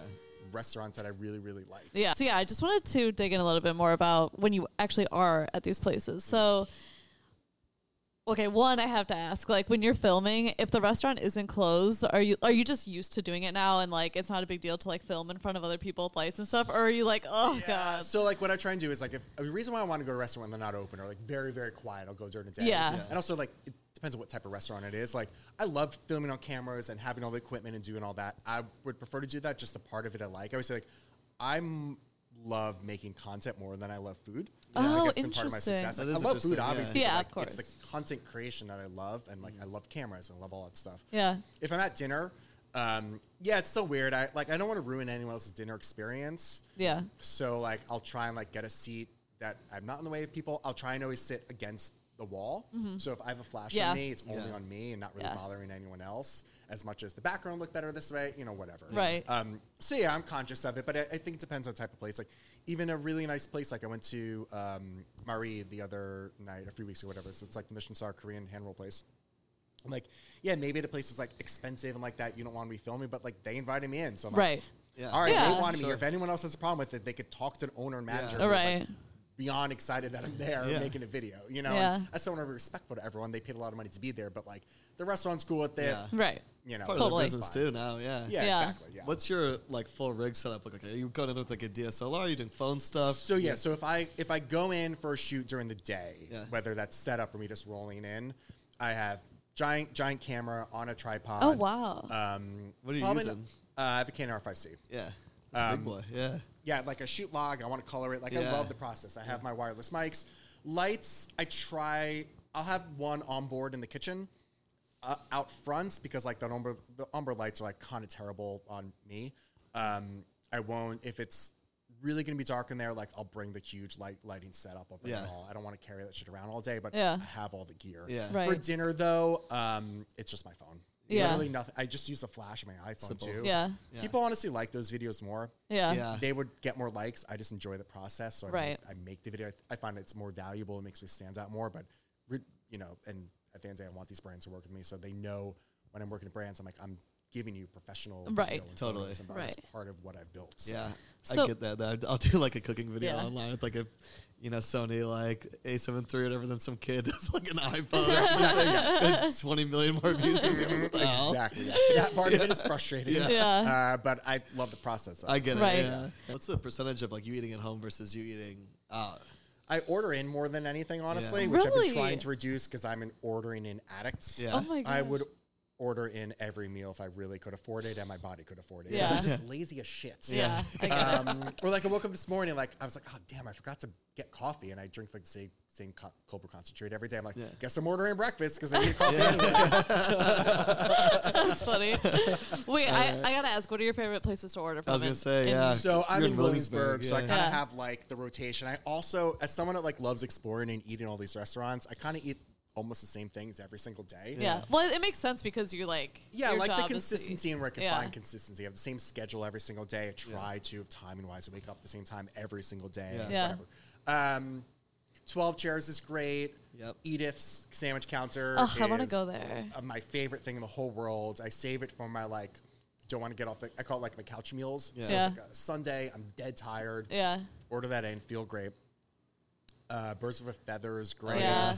restaurants that I really, really like.
Yeah. So yeah, I just wanted to dig in a little bit more about when you actually are at these places. So okay, one I have to ask, like when you're filming, if the restaurant isn't closed, are you are you just used to doing it now and like it's not a big deal to like film in front of other people with lights and stuff? Or are you like, oh
Yeah,
god.
So like what I try and do is like if the reason why I want to go to a restaurant when they're not open or like very very quiet, I'll go during the day.
Yeah. Yeah.
And also like it depends on what type of restaurant it is. Like I love filming on cameras and having all the equipment and doing all that. I would prefer to do that just the part of it I like. I always say like I'm love making content more than I love food.
Oh,
like, it's been part of my
interesting.
success.
That
Like, I
is
love food
interesting, yeah.
obviously.
Yeah,
but,
of
like, It's
course.
the content creation that I love and like I love cameras and I love all that stuff
Yeah.
if I'm at dinner, um, yeah, it's so weird. I like I don't want to ruin anyone else's dinner experience.
Yeah.
So like I'll try and like get a seat that I'm not in the way of people. I'll try and always sit against the wall. So if I have a flash
Mm-hmm. Yeah.
on me, it's only
Yeah.
on me and not really
Yeah.
bothering anyone else as much as the background look better this way, you know, whatever.
Right.
Um, so yeah, I'm conscious of it, but I, I think it depends on the type of place. Like even a really nice place, like I went to um, Marie the other night, a few weeks ago, whatever. So it's like the Mission Star Korean hand roll place. I'm like, yeah, maybe the place is like expensive and like that. You don't want to be filming, but like they invited me in, so I'm
Right.
Like,
Yeah.
All right,
Yeah.
they wanted me.
Sure.
If anyone else has a problem with it, they could talk to an owner and manager.
Yeah.
who
All
was, like,
right.
beyond excited that I'm there
Yeah.
making a video. You know,
Yeah.
And I still want to be respectful to everyone. They paid a lot of money to be there, but like the restaurant's cool with it.
Yeah.
Right.
You know,
Part
Totally.
of the business too now, yeah.
Yeah,
Yeah.
exactly. Yeah.
What's your like full rig setup look like? Are you going in there with like a DSLR? Are you doing phone stuff?
So yeah, so if I if I go in for a shoot during the day,
Yeah.
whether that's setup or me just rolling in, I have giant giant camera on a tripod.
Oh wow.
Um,
What are you
probably
using?
not- Uh, I have a Canon R5C.
yeah, that's a big
Um,
boy. Yeah,
Yeah, like a shoot log. I want to color it. Like I
Yeah.
love the process. I have my wireless mics, lights. I try. I'll have one on board in the kitchen, uh, out front because like the umber the umber lights are like kind of terrible on me. Um, I won't if it's really gonna be dark in there. Like I'll bring the huge light lighting setup. I'll bring
Yeah.
it all. I don't want to carry that shit around all day, but
Yeah.
I have all the gear.
Yeah.
For
Right.
dinner though, um, it's just my phone.
Yeah.
Literally nothing. I just use the flash of my iPhone
Simple.
too.
yeah.
Yeah.
People honestly like those videos more
Yeah.
yeah.
they would get more likes. I just enjoy the process, so I,
Uh. Right.
make, I make the video. I, th- I find it's more valuable. It makes me stand out more. But re- you know, and at the end of the day, I want these brands to work with me, so they know when I'm working at brands, I'm like I'm giving you professional, video
Right.
and
Totally.
photos, and That's
Right.
part of what I've built. So.
Yeah, I
So-
get that. though. I'll do like a cooking video
Yeah.
online with like a, you know, Sony like A7 III or whatever. Then some kid does like an iPhone or something with 20 million more views. Than me. What the hell?
Exactly. Yes. That part of it is frustrating.
Yeah.
Yeah.
Uh, but I love the process. of
I
it.
get
Right.
it. Yeah. What's the percentage of like you eating at home versus you eating out?
I order in more than anything, honestly, which I've
Really?
been trying to reduce because I'm an ordering in addict.
Yeah.
Oh my god.
I would order in every meal if I really could afford it and my body could afford it. 'Cause
Yeah.
I'm just lazy as shit.
Yeah. I get it.
um, or like I woke up this morning, like I was like, oh damn, I forgot to get coffee, and I drink like the same same co- Cobra concentrate every day. I'm like,
Yeah.
guess I'm ordering breakfast because I need coffee.
That's funny. Wait, I, I gotta ask, what are your favorite places to order from?
Uh, I was gonna
in-
say
in-
yeah.
So I'm
You're
in Williamsburg, so I
yeah.
kind of
Yeah.
have like the rotation. I also, as someone that like loves exploring and eating all these restaurants, I kind of eat almost the same things every single day.
Yeah. Well, it makes sense because you're like
Yeah,
your
I like
job
the
is to
consistency
eat.
and where I can
Yeah.
find consistency. I have the same schedule every single day. I try to, timing wise, wake up at the same time every single day.
Yeah.
Yeah.
Whatever. Um, 12 chairs is great.
Yep.
Edith's sandwich counter.
Ugh, I want to
is,
go there.
uh, my favorite thing in the whole world. I save it for my like, don't want to get off the, I call it like my couch meals. So
Yeah.
it's like a Sunday, I'm dead tired.
Yeah.
Order that in, feel great. Uh, Birds of a Feather is great.
Yeah.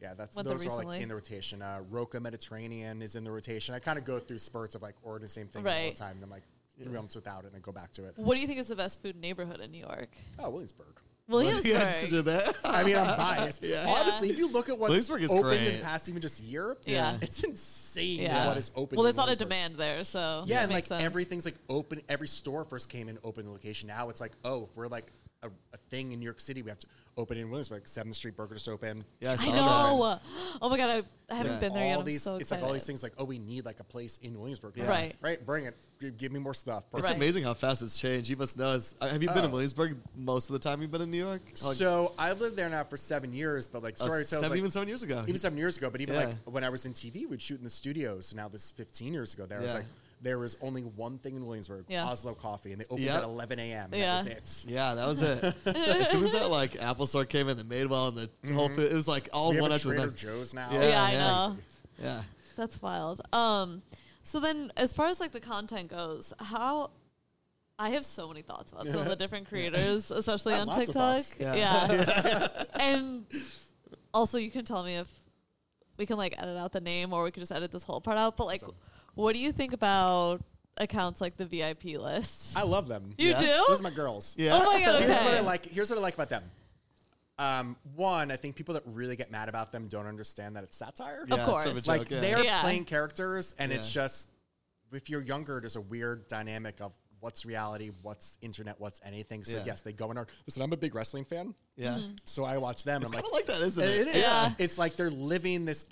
Yeah, that's
Went there
those are all like
recently.
in the rotation. Uh, Roca Mediterranean is in the rotation. I kind of go through spurts of like ordering the same thing all
Right.
the time, and I'm like three months without it, and then go back to
Mm-hmm.
it.
What do you think is the best food neighborhood in New York?
Oh, Williamsburg.
Williamsburg.
Yeah, just 'cause you're there.
I mean, I'm biased. Honestly, if you look at what's
Williamsburg is
opened in
great.
the past even just year,
Yeah.
it's insane
Yeah.
what is open. in
well, there's a lot of
Williamsburg.
demand there, so
Yeah,
it
and like
makes sense.
everything's like open. Every store first came in open location. Now it's like, oh, if we're like a, a thing in New York City. We have to open in Williamsburg. Seventh Street Burger just opened.
Yeah, I
I
saw
know. Oh my god, I, I haven't
Yeah.
been there yet.
all
I'm
these,
so excited.
it's like all these things like, oh, we need like a place in Williamsburg. now.
Right.
Right. Bring it. G- Give me more stuff.
It's
Right.
amazing how fast it's changed. You must know. it's- uh, Have you been in
Oh.
Williamsburg most of the time you've been in New York? How, like,
So I've lived there now for seven years, but like,
uh,
sorry, so I was,
seven,
like,
even seven years ago.
even seven years ago, but even like
Yeah.
when I was in TV, we'd shoot in the studios. So now this is 15 years ago. There was
Yeah.
like, there was only one thing in Williamsburg,
Yeah.
Oslo Coffee, and they opened
Yep.
at 11 a.m. and
Yeah.
That was it.
yeah, that was it. as soon as that like Apple Store came in, the Madewell and the Whole Foods, it was like all
Mm-hmm. We have
one
a
after the
Trader
next.
Joe's now.
Yeah,
Yeah, I
yeah.
know.
Yeah.
That's wild. Um, so then as far as like the content goes, how I have so many thoughts about some of the different creators, especially
I have
on
lots of
TikTok.
thoughts.
Yeah.
Yeah.
and also you can tell me if we can like edit out the name or we could just edit this whole part out. But like what do you think about accounts like the VIP list?
I love them.
you
yeah.
do?
Those are my girls.
Yeah.
Oh my god.
Here's what I
Okay.
like. Here's what I like about them. Um, one, I think people that really get mad about them don't understand that it's satire.
Yeah, it's
course.
sort of a
like
joke, yeah.
they're
Yeah.
playing characters, and it's
Yeah.
just if you're younger, there's a weird dynamic of what's reality, what's internet, what's anything. So
Yeah.
yes, they go in. our- Listen, I'm a big wrestling fan,
Yeah.
so I watch them.
It's
and I'm
kind of
like,
like that, isn't
Mm-hmm. it
it?
is.
Yeah.
It's like they're living this,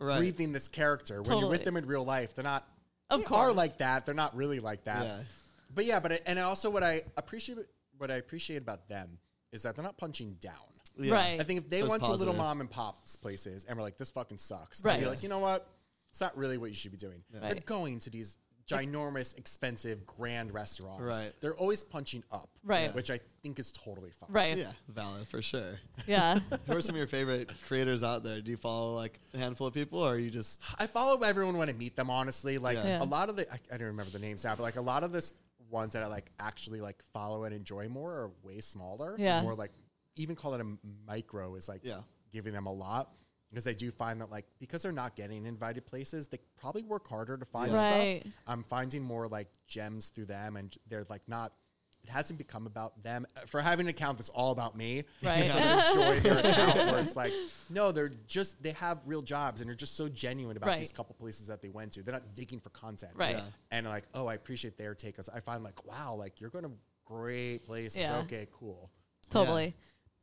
Right.
breathing this character. When you're
Totally.
with them in real life, they're not.
Of
they are
course.
like that. They're not really like that.
Yeah.
But yeah, but I, and also what I appreciate what I appreciate about them is that they're not punching down.
Yeah.
Right.
I think if they
So it's
went to little
positive.
mom and pop's places and were like, this fucking sucks, I'd
Right.
be like, you know what? It's not really what you should be doing. They're
Right.
going to these ginormous, expensive, grand restaurants.
Right.
They're always punching up.
Right.
Which I think is totally fine.
Right.
Yeah, valid for sure.
Yeah.
Who are some of your favorite creators out there? Do you follow like a handful of people, or are you just
I follow everyone when I meet them, honestly. Like
Yeah.
Yeah.
a lot of the I, I don't remember the names now, but like a lot of this ones that I like actually like follow and enjoy more are way smaller.
Yeah.
More like even call it a micro is like
Yeah.
giving them a lot. Because I do find that like because they're not getting invited places, they probably work harder to find
Yeah.
stuff.
Right.
I'm finding more like gems through them and they're like not it hasn't become about them uh, for having an account that's all about me.
Right.
So they enjoy their account where it's like, no, they're just they have real jobs and they're just so genuine about
Right.
these couple places that they went to. They're not digging for content.
Right. Yeah.
And like, oh, I appreciate their take. 'cause I find like, wow, like you're going to great places.
Yeah.
Okay, cool.
Totally.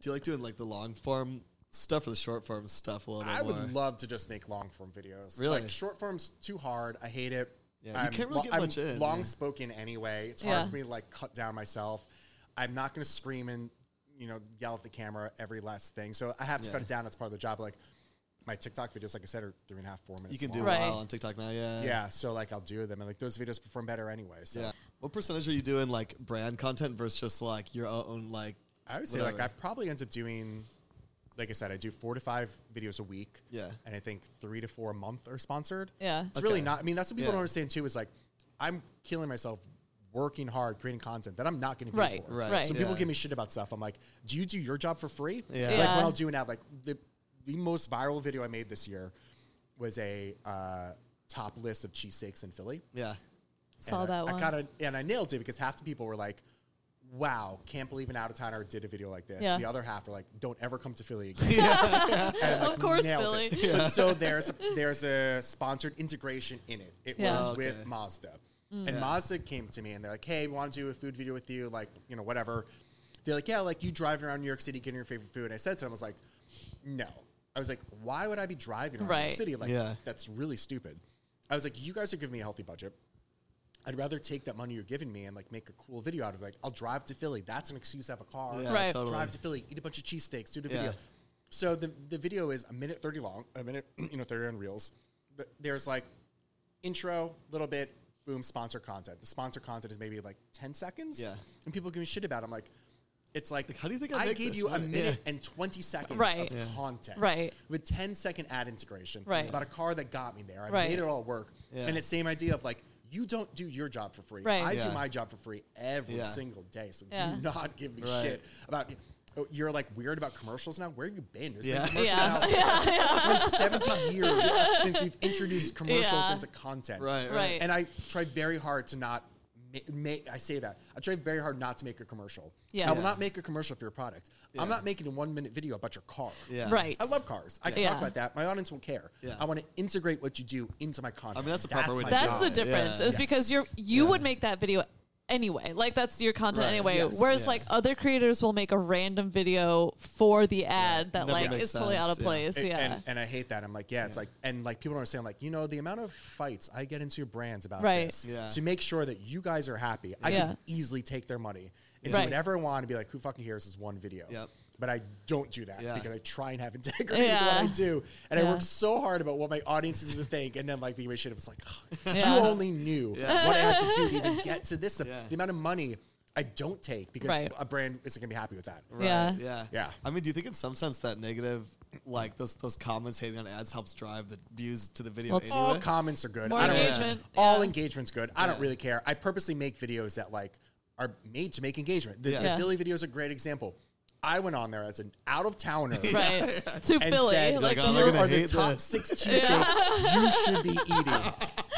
do you like doing like the long form stuff or the short form stuff a little bit
I
more?
would love to just make long form videos.
Really?
Like short form's too hard. I hate it.
Yeah, you can't really get
I'm
much in,
long
yeah.
spoken anyway. It's
Yeah.
hard for me to like cut down myself. I'm not gonna scream and you know yell at the camera every last thing. So I have to cut it down. That's part of the job. Like my TikTok videos, like I said, are three and a half, four minutes.
you can do
long.
Right.
a while on TikTok now, yeah.
Yeah. So like I'll do them, and like those videos perform better anyway. So
Yeah. What percentage are you doing like brand content versus just like your own like?
I would say like I
whatever?
probably ends up doing, like I said, I do four to five videos a week.
Yeah.
and I think three to four a month are sponsored.
Yeah.
it's really
Okay.
not. I mean, that's what people
Yeah.
don't understand too. Is like I'm killing myself working hard creating content that I'm not going to be
Right,
for.
right.
Right.
So people
Yeah.
give me shit about stuff. I'm like, do you do your job for free?
Yeah.
Like
Yeah.
when I'll do an ad, like the the most viral video I made this year was a uh, top list of cheesesteaks in Philly.
yeah.
Saw
And I-
that one.
I kind of and I nailed it because half the people were like, "Wow, can't believe an out of towner did a video like this."
Yeah.
The other half were like, "Don't ever come to Philly again." And,
Of course,
nailed
Philly.
it. But so there's a, there's a sponsored integration in it. It
Yeah. Mm.
was
Oh, okay.
with Mazda, and Mazda came to me and they're like, "Hey, we want to do a food video with you, like you know whatever." They're like, "Yeah, like you driving around New York City getting your favorite food." And I said to them, "I was like, no." I was like, "Why would I be driving around New
Right.
York City? Like
Yeah.
that's really stupid." I was like, "You guys are giving me a healthy budget." I'd rather take that money you're giving me and like make a cool video out of it. Like, I'll drive to Philly. That's an excuse to have a car.
Yeah,
Right.
totally.
Drive to Philly, eat a bunch of cheesesteaks, do the
Yeah.
video. So the, the video is a minute 30 long, a minute, you know, 30 on reels. But there's like intro, little bit, boom, sponsor content. The sponsor content is maybe like 10 seconds.
Yeah.
And people give me shit about it. I'm like, it's like,
Like, how do you think I
I,
make
gave
this
you a
money?
minute
Yeah.
and 20 seconds
Right.
of
Yeah.
content.
Right.
With 10 second ad integration.
Right.
About a car that got me there. I
Right.
made it all work.
Yeah.
And it's same idea of like, you don't do your job for free.
Right.
I
Yeah.
do my job for free every
Yeah.
single day. So
Yeah.
do not give me
Right.
shit about. oh, You're like weird about commercials now. Where have you been? There's
Yeah.
been commercials
Yeah.
now. It's been 17 years since we've introduced commercials
Yeah.
into content.
Right. Right.
Right.
And I try very hard to not make. I say that I try very hard not to make a commercial.
Yeah.
I will
Yeah.
not make a commercial for your product. I'm not making a one minute video about your car.
Yeah.
Right.
I love cars. I can
Yeah.
talk about that. My audience will care.
Yeah.
I want to integrate what you do into my content.
I mean, that's the proper way
my
to do
That's
job.
the
Yeah.
difference. Is because you're you would make that video anyway. Like that's your content
Right,
anyway.
yes.
Whereas
Yeah.
like other creators will make a random video for the ad that
Never
like
makes
is totally out
sense,
of
yeah.
place.
And-
yeah.
And, and I hate that. I'm like, yeah, it's like, and like people don't understand, like, you know, the amount of fights I get into brands about
Right.
this
Yeah.
to make sure that you guys are happy. I
Yeah.
can easily take their money and
Right.
do whatever I want and be like, who fucking cares this one video?
Yep.
But I don't do that
Yeah.
because I try and have integrity with
Yeah.
what I do. And I
Yeah.
work so hard about what my audience is to think. And then, like, the initiative is like, "Ugh,
Yeah.
you only knew what I had to do to even get to this.
Yeah.
The amount of money I don't take because
Right.
a brand isn't going to be happy with that.
Right,
Yeah.
Yeah.
Yeah.
I mean, do you think in some sense that negative, like those those comments hating on ads, helps drive the views to the video
Well, it's
anyway?
All comments are good.
More
I don't really-
engagement,
All
yeah.
engagement's good. I don't really care. I purposely make videos that like are made to make engagement. The,
Yeah.
the
Yeah.
Philly video is a great example. I went on there as an out of towner.
right. To
And
Philly.
said,
like,
like the
"Oh,
Here
gonna
are the
hate
top
this."
six cheesesteaks you should be eating.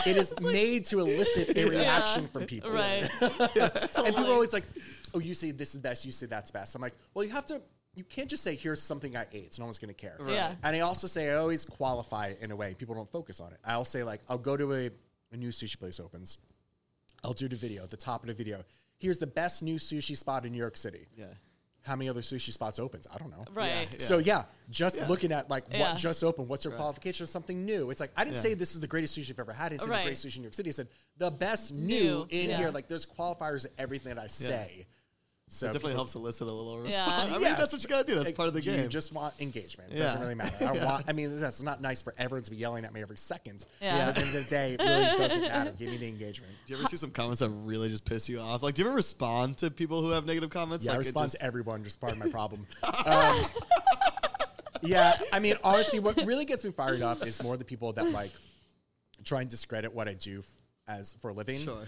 It is made to elicit a reaction from people.
Right.
And people are always like, oh, you say this is best, you say that's best. I'm like, well, you have to, you can't just say, here's something I ate. So no one's going to care.
Yeah.
And I also say, I always qualify it in a way. People don't focus on it. I'll say, like, I'll go to a, a new sushi place opens. I'll do the video, at the top of the video. Here's the best new sushi spot in New York City.
Yeah.
How many other sushi spots opens? I don't know.
Right.
So yeah, just looking at like what
Yeah.
just opened, what's your qualification of something new? It's like I didn't say this is the greatest sushi I've ever had. I didn't say
Right.
the greatest sushi in New York City. I said the best
New,
new, in
yeah.
here. Like there's qualifiers to everything that I say. So
It definitely
people-
helps elicit a little response.
Yeah.
I mean,
Yes.
that's what you gotta do. That's
like,
part of the
you
game.
just want engagement. It
Yeah.
doesn't really matter. I don't want. I mean, that's not nice for everyone to be yelling at me every second.
Yeah.
But at the end of the day, it really doesn't matter. Give me the engagement.
do you ever see some comments that really just piss you off? Like, do you ever respond to people who have negative comments?
Yeah,
like,
I
it
respond
just-
to everyone. Just part of my problem. Um, yeah, I mean, honestly, what really gets me fired up is more the people that like try and discredit what I do f- as for a living.
Sure.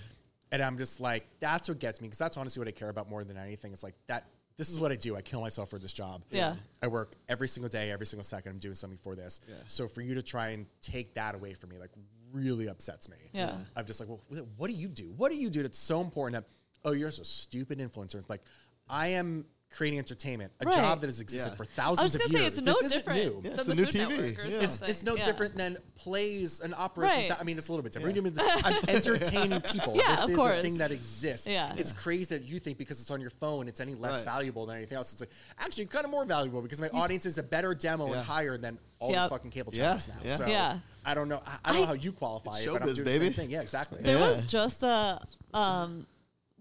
And I'm just like, that's what gets me because that's honestly what I care about more than anything. It's like that. This is what I do. I kill myself for this job.
Yeah.
I work every single day, every single second. I'm doing something for this. So for you to try and take that away from me, like, really upsets me.
Yeah.
I'm just like, well, wh- what do you do? What do you do that's so important that, oh, you're just a stupid influencer? It's like, I am creating entertainment, a
Right.
job that has existed
Yeah.
for
I was
thousands of
gonna
years.
say it's no
This isn't
different
Yeah,
than
it's
the
a new
Food
TV.
Network or
Yeah.
something.
It's-
It's no
yeah.
different than plays and operas. and
Right.
th- I mean, it's a little bit different. I'm entertaining people.
Yeah,
this
of
is a
course.
thing that exists.
Yeah.
It's crazy that you think because it's on your phone, it's any less
Right.
valuable than anything else. It's like actually kind of more valuable because my audience is a better demo
Yeah.
and higher than all
Yep.
these fucking cable
Yeah,
channels now.
yeah.
So
Yeah.
I don't know. I, I don't know
I-
how you qualify it, but I'm
showbiz,
doing the
baby.
same thing. Yeah, exactly.
There was just a um,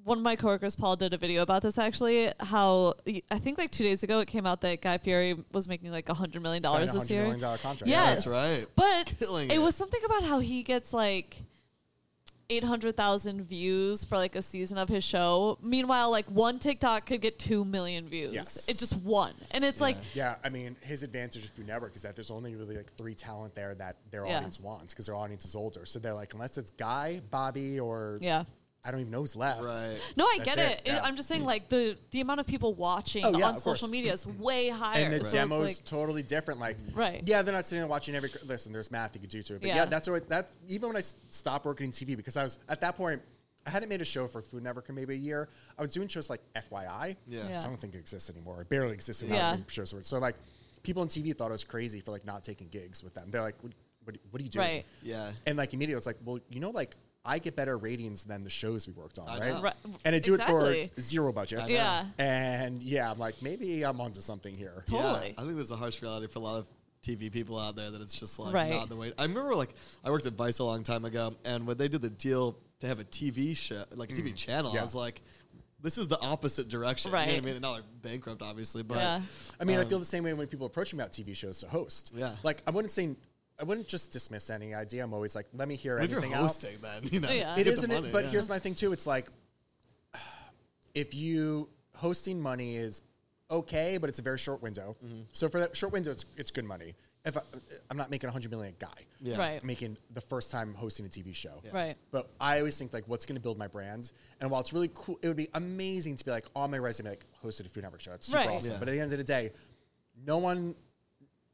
one of my coworkers, Paul, did a video about this actually. How I think like two days ago it came out that Guy Fieri was making like a hundred million
Signed
dollars
a
this
$100
year.
million contract.
Yes,
That's right.
But
Killing
it,
it.
was something about how he gets like. 800,000 views for like a season of his show. Meanwhile, like one TikTok could get 2 million views.
Yes.
It just one. And it's like
Yeah, I mean, his advantage of Food Network is that there's only really like three talent there that their
Yeah.
audience wants because their audience is older. So they're like, unless it's Guy, Bobby, or
yeah.
I don't even know who's left.
Right.
No, I
That's
get it.
it, yeah.
I'm just saying, like the the amount of people watching
Oh, yeah,
on
of
social
course.
media is way higher.
And the
So it's
demo's
like-
totally different. Like,
Right.
Yeah, they're not sitting there watching every. Listen, there's math you could do to it. But yeah,
Yeah.
that's what that. Even when I s- stopped working in TV because I was at that point, I hadn't made a show for Food Network in maybe a year. I was doing shows like FYI.
Yeah.
Yeah.
So I don't think it exists anymore. It barely exists when I
Yeah.
was doing shows for it. So like, people on TV thought I was crazy for like not taking gigs with them. They're like, what, what, what are you doing?
Right.
Yeah.
And like immediately, it's like, well, you know, like I get better ratings than the shows we worked on,
know.
right?
Right.
And I do it
Exactly.
for zero budget.
know. Yeah.
And yeah, I'm like, maybe I'm onto something here.
Totally.
I think there's a harsh reality for a lot of TV people out there that it's just like
Right.
not the way. I remember like I worked at Vice a long time ago, and when they did the deal to have a TV show, like a TV channel, I
Mm. Yeah.
was like, this is the opposite direction. You know what
Right.
I mean? And now they're bankrupt, obviously, but
Yeah.
I mean, I feel the same way when people approach me about TV shows to host.
Yeah.
Like I wouldn't say, I wouldn't just dismiss any idea. I'm always like, let me hear
what if you're
anything else.
hosting, then you know,
Yeah.
you get
It
the
isn't, it,
money,
but
yeah.
here's my thing too. It's like, if you hosting money is okay, but it's a very short window.
Mm-hmm.
So for that short window, it's it's good money. If I, I'm not making 100 million a guy,
Yeah.
Right.
making the first time hosting a TV show,
Right.
But I always think like, what's going to build my brand? And while it's really cool, it would be amazing to be like on my resume, like hosted a Food Network show. That's super
Right.
awesome.
Yeah.
But at the end of the day, no one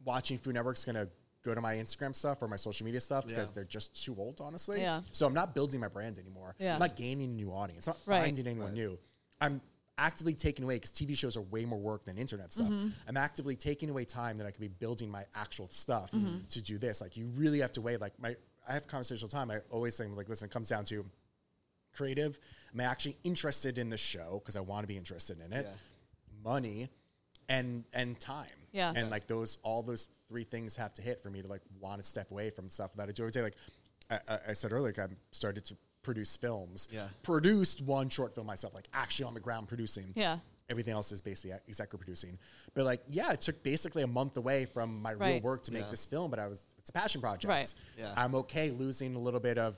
watching Food Network's gonna go to my Instagram stuff or my social media stuff because
Yeah.
they're just too old, honestly.
Yeah.
So I'm not building my brand anymore.
Yeah.
I'm not gaining a new audience. I'm not
Right.
finding anyone new. I'm actively taking away because TV shows are way more work than internet stuff.
Mm-hmm.
I'm actively taking away time that I could be building my actual stuff
Mm-hmm.
to do this. Like you really have to weigh like my I have conversational time. I always think like, listen, it comes down to creative? Am I actually interested in the show because I want to be interested in it?
Yeah.
Money and and time.
Yeah.
And like those all those three things have to hit for me to like want to step away from stuff that I do every day. Like I, I- I said earlier, like I started to produce films.
Yeah.
Produced one short film myself, like actually on the ground producing
Yeah.
everything else is basically executive producing. But like, yeah, it took basically a month away from my real
Right.
work to make
Yeah.
this film. But I was, it's a passion project.
Right.
Yeah.
I'm okay losing a little bit of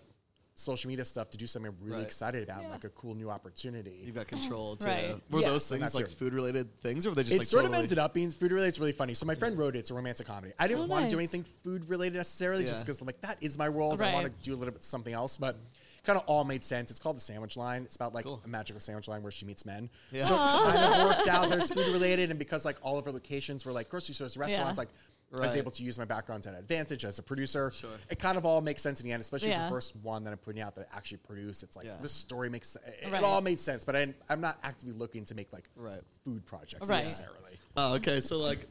social media stuff to do something I'm really
Right.
excited about, like a cool new opportunity.
You've got control too.
Right.
Were
Yeah.
those
So
things
that's
like
your-
food related things or were they just
it
like
sort
totally-
of ended up being food related. It's really funny. So my friend wrote it. It's a romantic comedy. I didn't
Oh,
want to do
nice.
anything food related necessarily, just
Yeah.
because I'm like that is my world. I
Right.
want to do a little bit something else, but kind of all made sense. It's called the Sandwich Line. It's about like
Cool.
a magical sandwich line where she meets men.
Yeah.
So it kind of worked out. There's food related, and because like all of her locations were like grocery stores, restaurants,
Yeah.
like. I was
Right.
able to use my background to an advantage as a producer.
Sure.
It kind of all makes sense in the end, especially
Yeah.
the first one that I'm putting out that I actually produced. It's like
Yeah.
this story makes it,
Right.
it all made sense, but I, I'm not actively looking to make like
Right.
food projects
Right.
necessarily.
Oh, okay. So like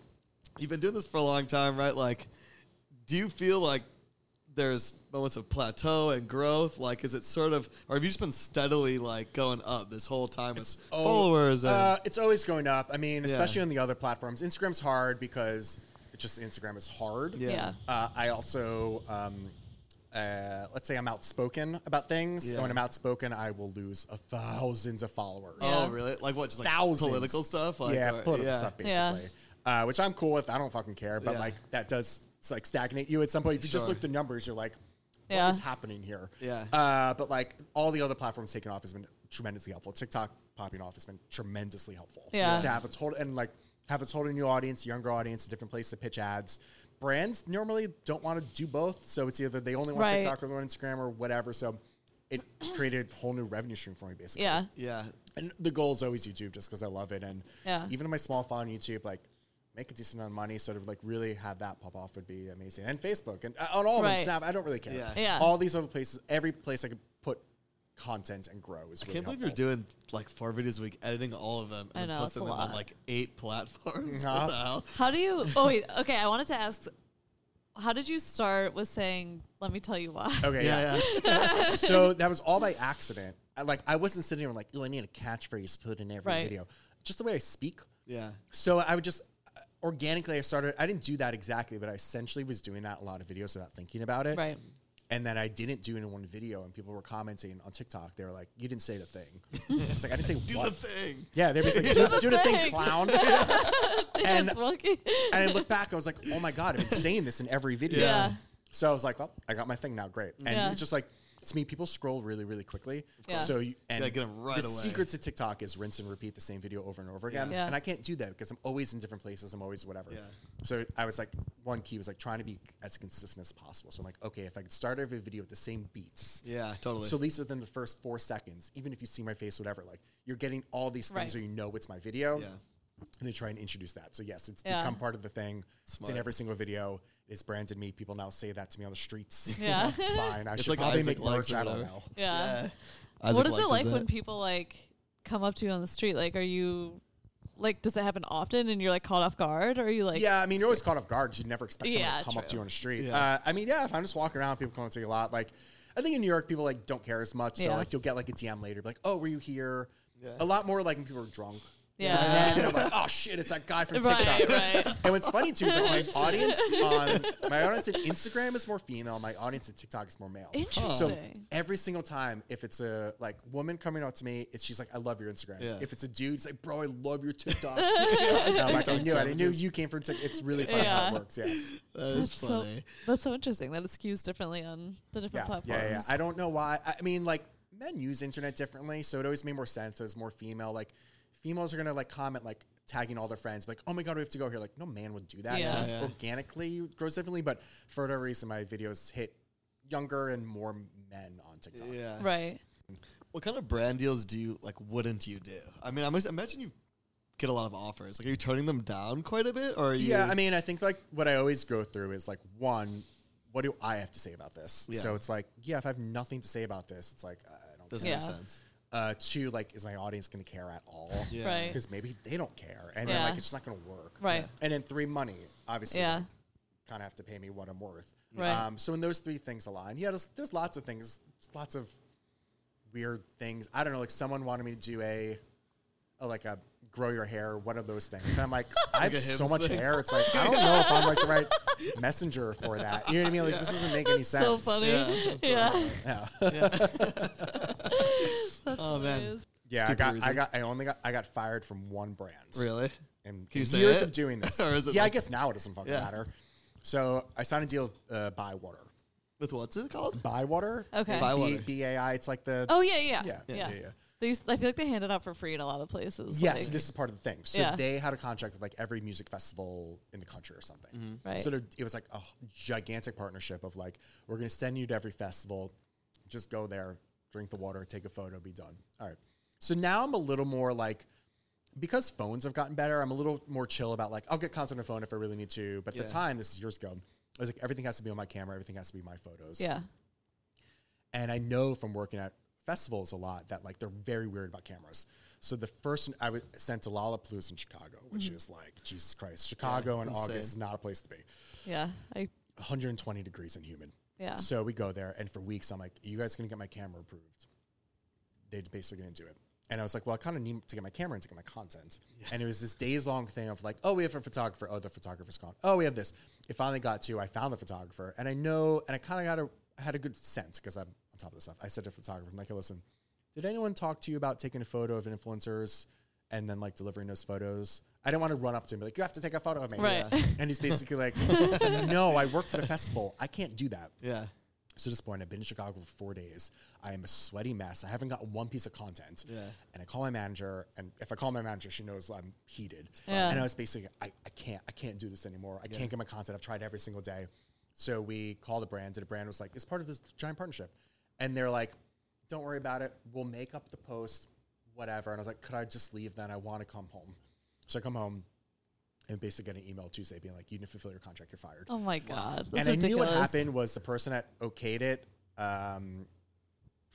you've been doing this for a long time, right? Like do you feel like there's moments of plateau and growth? Like is it sort of or have you just been steadily like going up this whole time with followers and
Uh, it's always going up. I mean, especially on the other platforms. Instagram's hard because it's just Instagram is hard.
Yeah.
Yeah.
Uh, I also, um, uh, let's say I'm outspoken about things.
Yeah.
When I'm outspoken, I will lose a thousands of followers.
Oh really? Like what? Just like
Thousands.
political stuff? Like
yeah,
or-
political
yeah.
stuff,
Yeah.
basically. Uh, which I'm cool with. I don't fucking care. But
Yeah.
like that does it's like stagnate you at some point. If you just
Sure.
look at the numbers, you're like, what is
Yeah.
happening here?
Yeah.
Uh, but like all the other platforms taking off has been tremendously helpful. TikTok popping off has been tremendously helpful.
Yeah.
To have a total and like have a totally new audience, younger audience, a different place to pitch ads. Brands normally don't want to do both, so it's either they only want
Right.
TikTok or they want Instagram or whatever. So it created a whole new revenue stream for me, basically.
Yeah.
Yeah.
And the goal is always YouTube, just because I love it. And
Yeah.
even in my small following YouTube, like make a decent amount of money, sort of like really have that pop off would be amazing. And Facebook and uh, on all of them,
Right.
Snap. I don't really care.
Yeah.
Yeah.
All these other places, every place I could put content and grow is.
I
Really
can't believe you're
helpful.
doing like four videos a week, editing all of them,
I
and then
know, it's
posting
a
them on
lot.
like eight platforms.
Yeah.
What the hell?
How do you? Oh wait. Okay, I wanted to ask. How did you start with saying? Let me tell you why.
Okay. yeah.
Yeah, yeah.
so that was all by accident. I, like I wasn't sitting there like, oh, I need a catchphrase put in every
Right.
video. Just the way I speak.
yeah.
So I would just uh, organically I started. I didn't do that exactly, but I essentially was doing that in a lot of videos without thinking about it.
Right.
And then I didn't do it in one video, and people were commenting on TikTok. They were like, "You didn't say the thing." it's like I didn't say
Do
what.
the thing.
Yeah, they were just like, "Do, do the thing, clown."
Dance
And-
monkey.
and I looked back, I was like, oh my God, I've been saying this in every video.
Yeah.
So I was like, well, I got my thing now, great. And
Yeah.
it's just like, it's me, people scroll really, really quickly.
Yeah.
So you, and
gotta get 'em right
the
away.
secret to TikTok is rinse and repeat the same video over and over again.
Yeah. Yeah.
And I can't do that because I'm always in different places. I'm always whatever.
Yeah.
So I was like, one key was like trying to be as consistent as possible. So I'm like, okay, if I could start every video with the same beats,
Yeah, totally.
so at least within the first four seconds, even if you see my face, whatever, like you're getting all these things
Right.
where you know it's my video.
Yeah.
And they try and introduce that. So yes, it's
Yeah.
become part of the thing. It's
Smart.
in every single video. It's branded me. People now say that to me on the streets.
Yeah.
it's fine. I should
like
probably
Isaac
make
likes
merch.
it
I
or
don't
whatever.
know.
yeah.
Isaac
what is it
likes
like
that.
when people like come up to you on the street? Like, are you like? Does it happen often? And you're like caught off guard? Or are you like?
yeah, I mean, you're always caught off guard. 'cause You never expect someone
Yeah,
to come up to
true.
you on the street.
Yeah.
Uh, I mean, yeah, if I'm just walking around, people come up to you a lot. Like, I think in New York, people like don't care as much. So
Yeah.
like, you'll get like a DM later, be like, "Oh, were you here?" A lot more like when people are drunk.
Yeah.
And I'm like, "Oh shit, it's that guy from TikTok."
Right. Right.
And what's funny too is like my audience on my audience at Instagram is more female. My audience at TikTok is more male.
Oh.
So
Interesting.
every single time, if it's a like woman coming up to me, it's she's like, "I love your Instagram."
Yeah.
If it's a dude, it's like, "Bro, I love your TikTok." And I'm like, I knew, it. I knew
savages.
you came from TikTok. It's really funny how
Yeah.
it works. Yeah,
That is
so,
funny.
that's so interesting that it skews differently on the different
yeah, yeah,
platforms.
yeah, yeah. I don't know why. I I mean, like men use internet differently, so it always made more sense as more female. Like females are gonna like comment like tagging all their friends, like, "Oh my god, we have to go here." Like no man would do that. It's
Yeah.
just
Yeah.
organically grows differently. But for whatever reason, my videos hit younger and more men on TikTok.
Yeah.
Right.
What kind of brand deals do you like? Wouldn't you do? I mean, I must imagine you get a lot of offers. Like, are you turning them down quite a bit, or are you?
Yeah, I mean, I think like what I always go through is like one, what do I have to say about this?
Yeah.
So it's like, yeah, if I have nothing to say about this, it's like I don't.
doesn't
Care.
make
Yeah.
sense.
Uh, two, like, is my audience going to care at all?
Yeah.
Right.
Because maybe they don't care, and then
Yeah.
like it's just not going to work.
Right.
And then three, money. Obviously,
Yeah.
kind of have to pay me what I'm worth.
Right.
Um, so when those three things align, yeah, there's, there's lots of things, lots of weird things. I don't know. Like someone wanted me to do a, a like a grow your hair, one of those things. And I'm like, I have
a
so
Hims
much
thing.
hair. It's like I don't know if I'm like the right messenger for that. You know what I mean? Like this doesn't make any sense.
So funny.
Yeah,
Yeah.
of
Yeah.
Oh man,
Yeah,
Stupid
I got, I
reason.
got, I only got, I got fired from one brand.
really?
And
Can you say
years
it?
of doing this.
Or is it
yeah, I
like-
guess now it doesn't fucking
Yeah.
matter. So I signed a deal with uh, Bywater.
With what's it called?
Bywater.
Okay.
Bywater.
B A I. It's like the.
Oh yeah, yeah,
Yeah, yeah, yeah, yeah.
They used, I feel like they hand it out for free in a lot of places.
Yeah,
like-
so this is part of the thing. So
Yeah.
they had a contract with like every music festival in the country or something.
Right.
So there- it was like a gigantic partnership of like, we're going to send you to every festival, just go there, drink the water, take a photo, be done. All right. So now I'm a little more like, because phones have gotten better, I'm a little more chill about like, I'll get content on a phone if I really need to. But at
Yeah.
the time, this is years ago, I was like, everything has to be on my camera, everything has to be my photos.
yeah,
And I know from working at festivals a lot that like they're very weird about cameras. So the first I was sent to Lollapalooza in Chicago, which is like Jesus Christ, Chicago in August is not a place to be.
yeah, I,
120 degrees and humid.
yeah.
So we go there, and for weeks I'm like, "Are you guys gonna get my camera approved?" They basically didn't do it, and I was like, "Well, I kind of need to get my camera and to get my content." And it was this days long thing of like, "Oh, we have a photographer. Oh, the photographer's gone. Oh, we have this." It finally got to. I found the photographer, and I know, and I kind of got a I had a good sense because I'm on top of this stuff. I said to the photographer, "I'm like, hey, listen, did anyone talk to you about taking a photo of influencers and then like delivering those photos?" I didn't want to run up to him and be like, "You have to take a photo of me."
Right. Yeah.
And he's basically like, "No, I work for the festival. I can't do that."
Yeah.
So at this point, I've been in Chicago for four days. I am a sweaty mess. I haven't gotten one piece of content.
Yeah.
And I call my manager, and if I call my manager, she knows I'm heated.
Yeah.
And I was basically, I, I can't, I can't do this anymore. I can't get my content. I've tried every single day. So we called the brand, and the brand was like, it's part of this giant partnership. And they're like, don't worry about it. We'll make up the post, whatever. And I was like, could I just leave then? I want to come home. So I come home and basically get an email Tuesday being like, you didn't fulfill your contract, you're fired
Oh my god, that's
and I
ridiculous.
knew what happened was the person that okayed it um,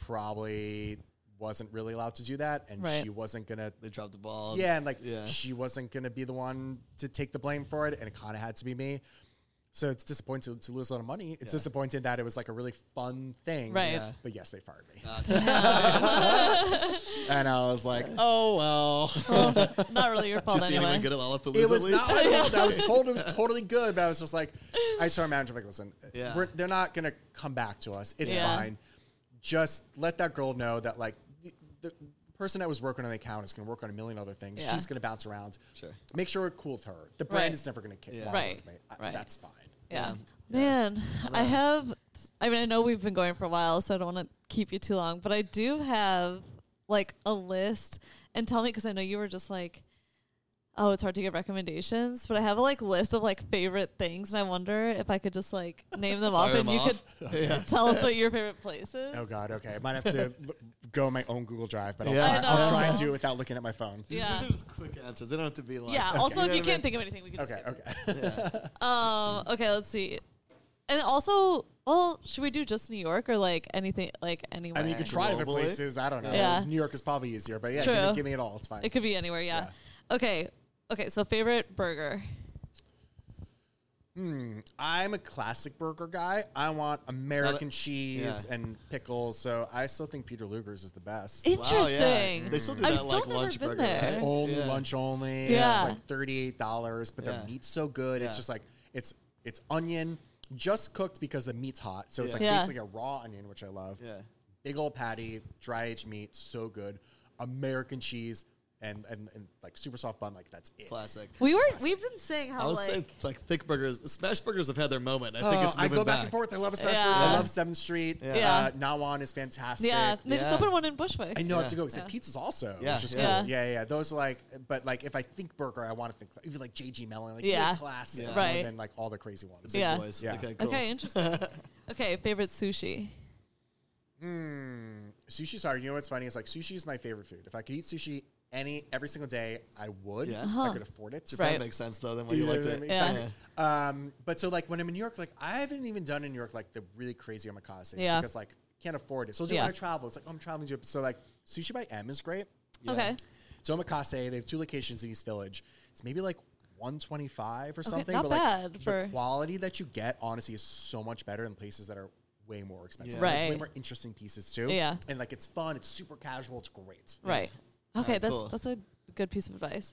probably wasn't really allowed to do that, and
Right.
she wasn't gonna.
They dropped the ball.
Yeah, and like
yeah.
she wasn't gonna be the one to take the blame for it, and it kind of had to be me. So it's disappointing to, to lose a lot of money. It's disappointing that it was like a really fun thing,
Right. Yeah.
But yes, they fired me, and I was like,
Oh well, not really your fault
Just so you didn't
anyway.
even good at Lollapalooza.
It was
at least.
not my fault. I was told it was totally good, but I was just like, I just told my manager, like, listen,
Yeah.
we're, they're not going to come back to us. It's
Yeah.
fine. Just let that girl know that, like, the, the person that was working on the account is going to work on a million other things.
Yeah.
She's going to bounce around.
Sure.
Make sure it cools her. The brand
Right.
is never going to kick
Yeah.
ball
Right.
with me. I-
Right.
That's fine.
Yeah. Man, I have. I mean, I know we've been going for a while, so I don't want to keep you too long, but I do have like a list. And tell me, because I know you were just like, oh, it's hard to get recommendations, but I have a like list of like favorite things, and I wonder if I could just like name them off,
Fire
and
them
you
off.
could tell us what your favorite place is.
Oh, God. Okay. I might have to l- go on my own Google Drive, but I'll,
Yeah.
try,
I
I'll
know.
try and do it without looking at my phone.
These,
Yeah.
these are just quick answers. They don't have to be like.
Yeah. Also, if
know what I
you can't
mean?
think of anything, we can just
Okay.
skip it.
Okay.
Um. Okay. Let's see. And also, well, should we do just New York or like anything, like anywhere?
I mean, you could try other
Globally?
places. I don't know.
Yeah.
New York is probably easier, but yeah, give me,
True.
give me it all. It's fine.
It could be anywhere, yeah. Okay. Okay, so favorite burger.
I'm a classic burger guy. I want American cheese
yeah.
and pickles, so I still think Peter Luger's is the best.
Wow, yeah.
Interesting.
They still do
I've
that
still
like
never
lunch
been
burger.
there.
right?
It's
only
Yeah.
lunch only.
Yeah.
It's like thirty-eight dollars, but
Yeah.
the meat's so good.
Yeah.
It's just like it's it's onion just cooked because the meat's hot, so it's like
Yeah.
basically a raw onion, which I love.
Yeah.
Big old patty, dry aged meat, so good. American cheese and, and and like super soft bun, like that's it.
Classic.
We were we've been saying how
I would
like
say like thick burgers. Smash burgers have had their moment. I think
Oh,
it's
I
moving
go back. and forth. I love a special.
Yeah.
I love Seventh Street.
Yeah.
Uh, Nawan is fantastic.
Yeah, they just
Yeah.
opened one in Bushwick.
I know I have to
Yeah.
go. It's like pizza's also.
Yeah,
Which is
yeah.
cool.
Yeah.
Yeah. yeah, Those are like, but like if I think burger, I want to think even like JG Mellon, like
Yeah.
yeah, classic,
Yeah.
Right.
And then like all the crazy ones.
Yeah.
Boys.
Yeah.
Okay. Cool.
Okay, interesting. okay, favorite sushi.
Sushi's hard. You know what's funny is like sushi is my favorite food. If I could eat sushi any every single day, I would.
Yeah.
If I could afford it.
That
Right.
makes sense though. Then why you liked it.
Yeah.
Exactly. Um, but so like when I'm in New York, like I haven't even done in New York like the really crazy omakase
Yeah.
because like can't afford it. So I'll do it
Yeah.
when I travel. It's like "Oh, I'm traveling to so like sushi by M is great.
Okay.
So Omakase, they have two locations in East Village. It's maybe like 125 or something.
not
but
bad
like
for-
the quality that you get, honestly, is so much better in places that are way more expensive.
Yeah.
Like, way
Right.
more interesting pieces too.
Yeah.
And like it's fun, it's super casual, it's great.
Right. Okay,
Alright,
that's
cool.
that's a good piece of advice.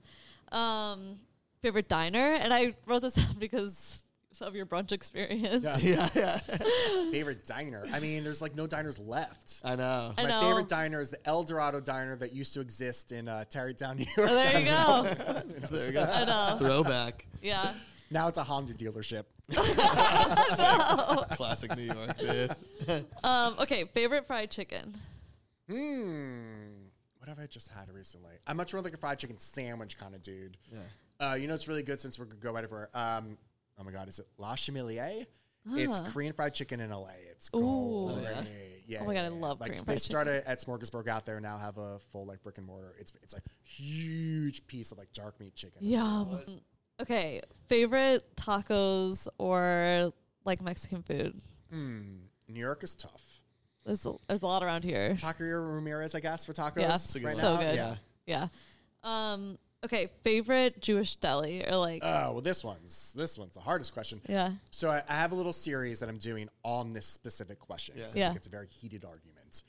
Um, favorite diner, and I wrote this down because of your brunch experience.
Yeah.
yeah, yeah.
favorite diner. I mean, there's like no diners left.
I know.
I
My
know.
favorite diner is the El Dorado diner that used to exist in uh, Tarrytown, New York.
Oh, there you go.
There we go.
I know.
Throwback.
Yeah.
Now it's a Honda dealership.
Classic New York, dude.
Um, okay, favorite fried chicken.
Hmm. What have I just had recently? I'm much more like a fried chicken sandwich kind of dude. Uh, you know, it's really good since we're going right over. Um, oh my God, is it La Chamelier? It's Korean fried chicken in LA. It's great.
Ooh. Oh,
yeah?
yeah.
Oh my God, I
yeah, yeah.
love
like,
Korean
They
fried
started at Smorgasburg out there. Now have a full like brick and mortar. It's it's a huge piece of like dark meat chicken. It's
Yum. Okay, favorite tacos or like Mexican food.
New York is tough.
There's a, there's a lot around here.
Taqueria Ramirez, I guess, for tacos.
Yeah,
right
good
so
now.
good.
Yeah.
Yeah. Um, okay, favorite Jewish deli or like
Oh well, this one's this one's the hardest question.
yeah.
So I, I have a little series that I'm doing on this specific question. 'cause I
Yeah. Yeah.
think it's a very heated argument,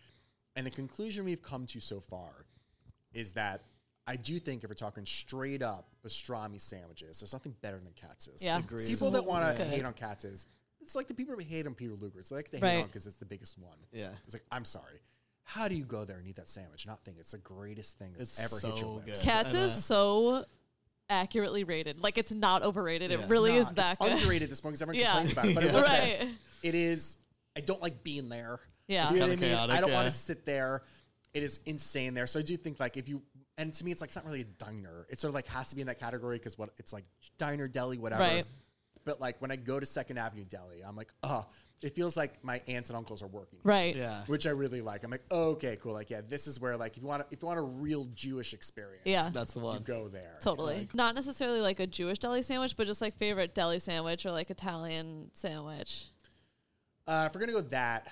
and the conclusion we've come to so far is that I do think if we're talking straight up pastrami sandwiches, there's nothing better than Katz's.
Yeah.
Agreed.
People that
So
want to
good.
hate on Katz's, it's like the people who hate on Peter Luger's. They like to hate on
Right.
because it's the biggest one.
Yeah.
It's like I'm sorry. How do you go there and eat that sandwich? and Not think it's the greatest thing that's
It's
ever hit your
so
lips.
good.
Cats
And, uh,
is so accurately rated. Like it's not overrated.
Yeah.
It really
not.
is that
it's
good.
underrated this morning because everyone
Yeah.
complains about it. But I will say,
right.
it is. I don't like being there.
Yeah.
Do you know
It's
what I mean?
kinda
I don't
chaotic,
want
yeah.
to sit there. It is insane there. So I do think like if you and to me it's like it's not really a diner. It sort of like has to be in that category because what it's like diner deli whatever.
Right.
But like when I go to Second Avenue Deli, I'm like, oh, it feels like my aunts and uncles are working. here,
Right.
Yeah.
Which I really like. I'm like, oh, okay, cool. Like, yeah, this is where like if you want to, if you want a real Jewish experience,
Yeah.
That's the
you
one.
go there.
Totally. Not necessarily like a Jewish deli sandwich, but just like favorite deli sandwich or like Italian sandwich.
Uh, if we're gonna go that,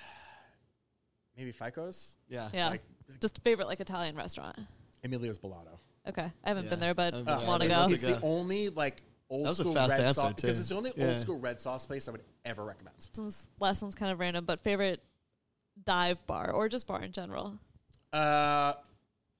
maybe Fico's,
Yeah.
Yeah.
Like-
just favorite like Italian restaurant.
Emilio's Bolado.
Okay. I haven't
Yeah.
been there, but
I've been
I
there.
want to
I've
go.
been
It's
to
the
go.
only like old
That was a
school
fast
red
answer,
sauce because
too.
it's the only
Yeah.
old school red sauce place I would ever recommend.
This one's- last one's kind of random, but favorite dive bar or just bar in general.
Uh,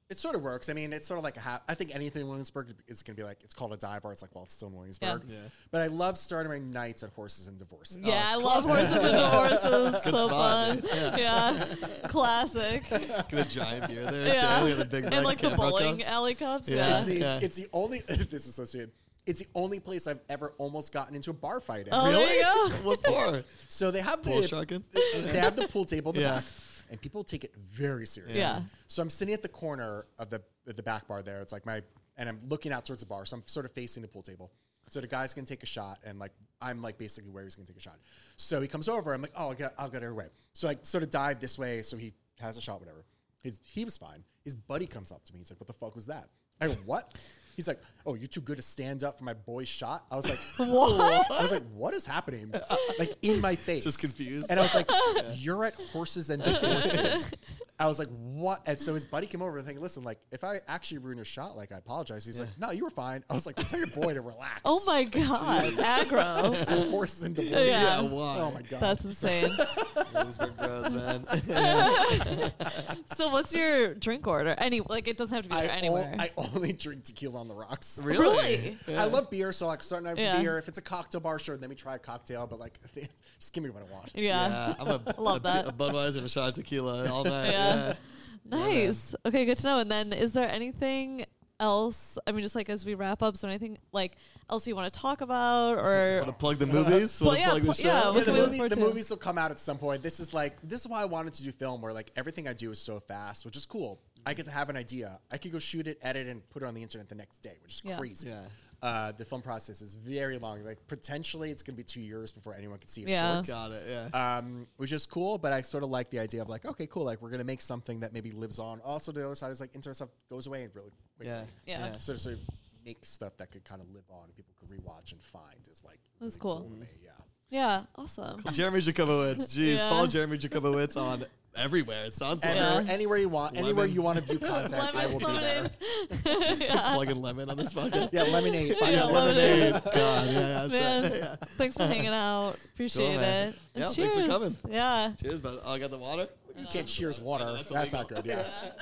it sort of works. I mean, it's sort of like a half. I think anything in Williamsburg is going to be like it's called a dive bar. It's like well, it's still in Williamsburg.
Yeah. Yeah.
But I love starting my nights at Horses and Divorces.
yeah, I love horses and divorces. so
spot,
fun.
dude.
Yeah. Classic.
Get a giant beer there
Yeah.
too. We have the big
and like the
Camaro
bowling
cups.
alley cups.
Yeah.
Yeah.
Oh, It's the,
Yeah.
it's the only this is so stupid. It's the only place I've ever almost gotten into a bar fight. At.
Oh, there you go.
What for?
So they have
Pool
the
sharking?
they have the pool table in the
Yeah.
back, and people take it very seriously.
Yeah.
So I'm sitting at the corner of the of the back bar there. It's like my and I'm looking out towards the bar, so I'm sort of facing the pool table. So the guy's gonna take a shot, and like I'm like basically where he's gonna take a shot. So he comes over. I'm like, oh, I'll get I'll get her way. So I sort of dive this way. So he has a shot, whatever. His he was fine. His buddy comes up to me. He's like, what the fuck was that? I go, what? He's like, oh, you're too good to stand up for my boy's shot. I was like, what? I was like, what is happening? Like in my face,
Just confused.
And I was like, you're at horses and divorces. I was like, what? And so his buddy came over and like, listen, like if I actually ruin your shot, like I apologize. He's like, no, you were fine. I was like, tell your boy to relax.
Oh my god, aggro.
At horses and divorces.
Yeah,
Yeah.
why?
Oh my god.
That's insane.
Williamsburg Bros, man.
so, what's your drink order? Any like it doesn't have to be
I,
there
o-
anywhere.
I only drink tequila on the rocks.
really?
I love beer, so like starting out with
Yeah.
beer. If it's a cocktail bar, sure, then we try a cocktail. But like, just give me what I want.
Yeah.
Yeah, I'm a,
Love
a,
that.
a Budweiser and a shot of tequila all night.
Yeah.
Yeah.
Nice. Okay, good to know. And then, is there anything else? I mean, just like as we wrap up, is there anything like else you want to talk about or
Want to plug the movies? Want
Well,
to
yeah,
plug the
pl-
show?
yeah,
Yeah,
what
the,
can we look
movie-
forward
the
to?
movies will come out at some point. This is like this is why I wanted to do film, where like everything I do is so fast, which is cool. I
Mm-hmm.
get to have an idea. I could go shoot it, edit, it, and put it on the internet the next day, which is
Yeah.
crazy.
Yeah.
Uh, the film process is very long. Like potentially, it's going to be two years before anyone can see it.
Yeah.
short,
Got it. Yeah.
um, which is cool. But I sort of like the idea of like, okay, cool. Like we're going to make something that maybe lives on. Also, the other side is like internet stuff goes away really quickly.
yeah.
Yeah.
Yeah.
Sort of sort of make stuff that could kind of live on and people could rewatch and find is like
That's
really to
cool.
me, Yeah.
Yeah, awesome.
Jeremy Jacobowitz. Jeez,
Yeah.
follow Jeremy Jacobowitz on everywhere. It sounds like
Anywhere,
Yeah.
anywhere you want, anywhere
Lemon.
you want to view content, I will
Lemon,
be there.
lemonade. yeah.
plugging lemon on this podcast.
Yeah, lemonade. Find
Yeah,
out
lemonade.
lemonade.
God, yeah, that's right.
Man.
Yeah.
Thanks for hanging out. Appreciate
man.
it.
Yeah,
And
thanks for
cheers.
coming.
Yeah.
Cheers, but oh, I got the water.
You can't cheers water.
No,
That's,
that's
not
illegal.
good. Yeah.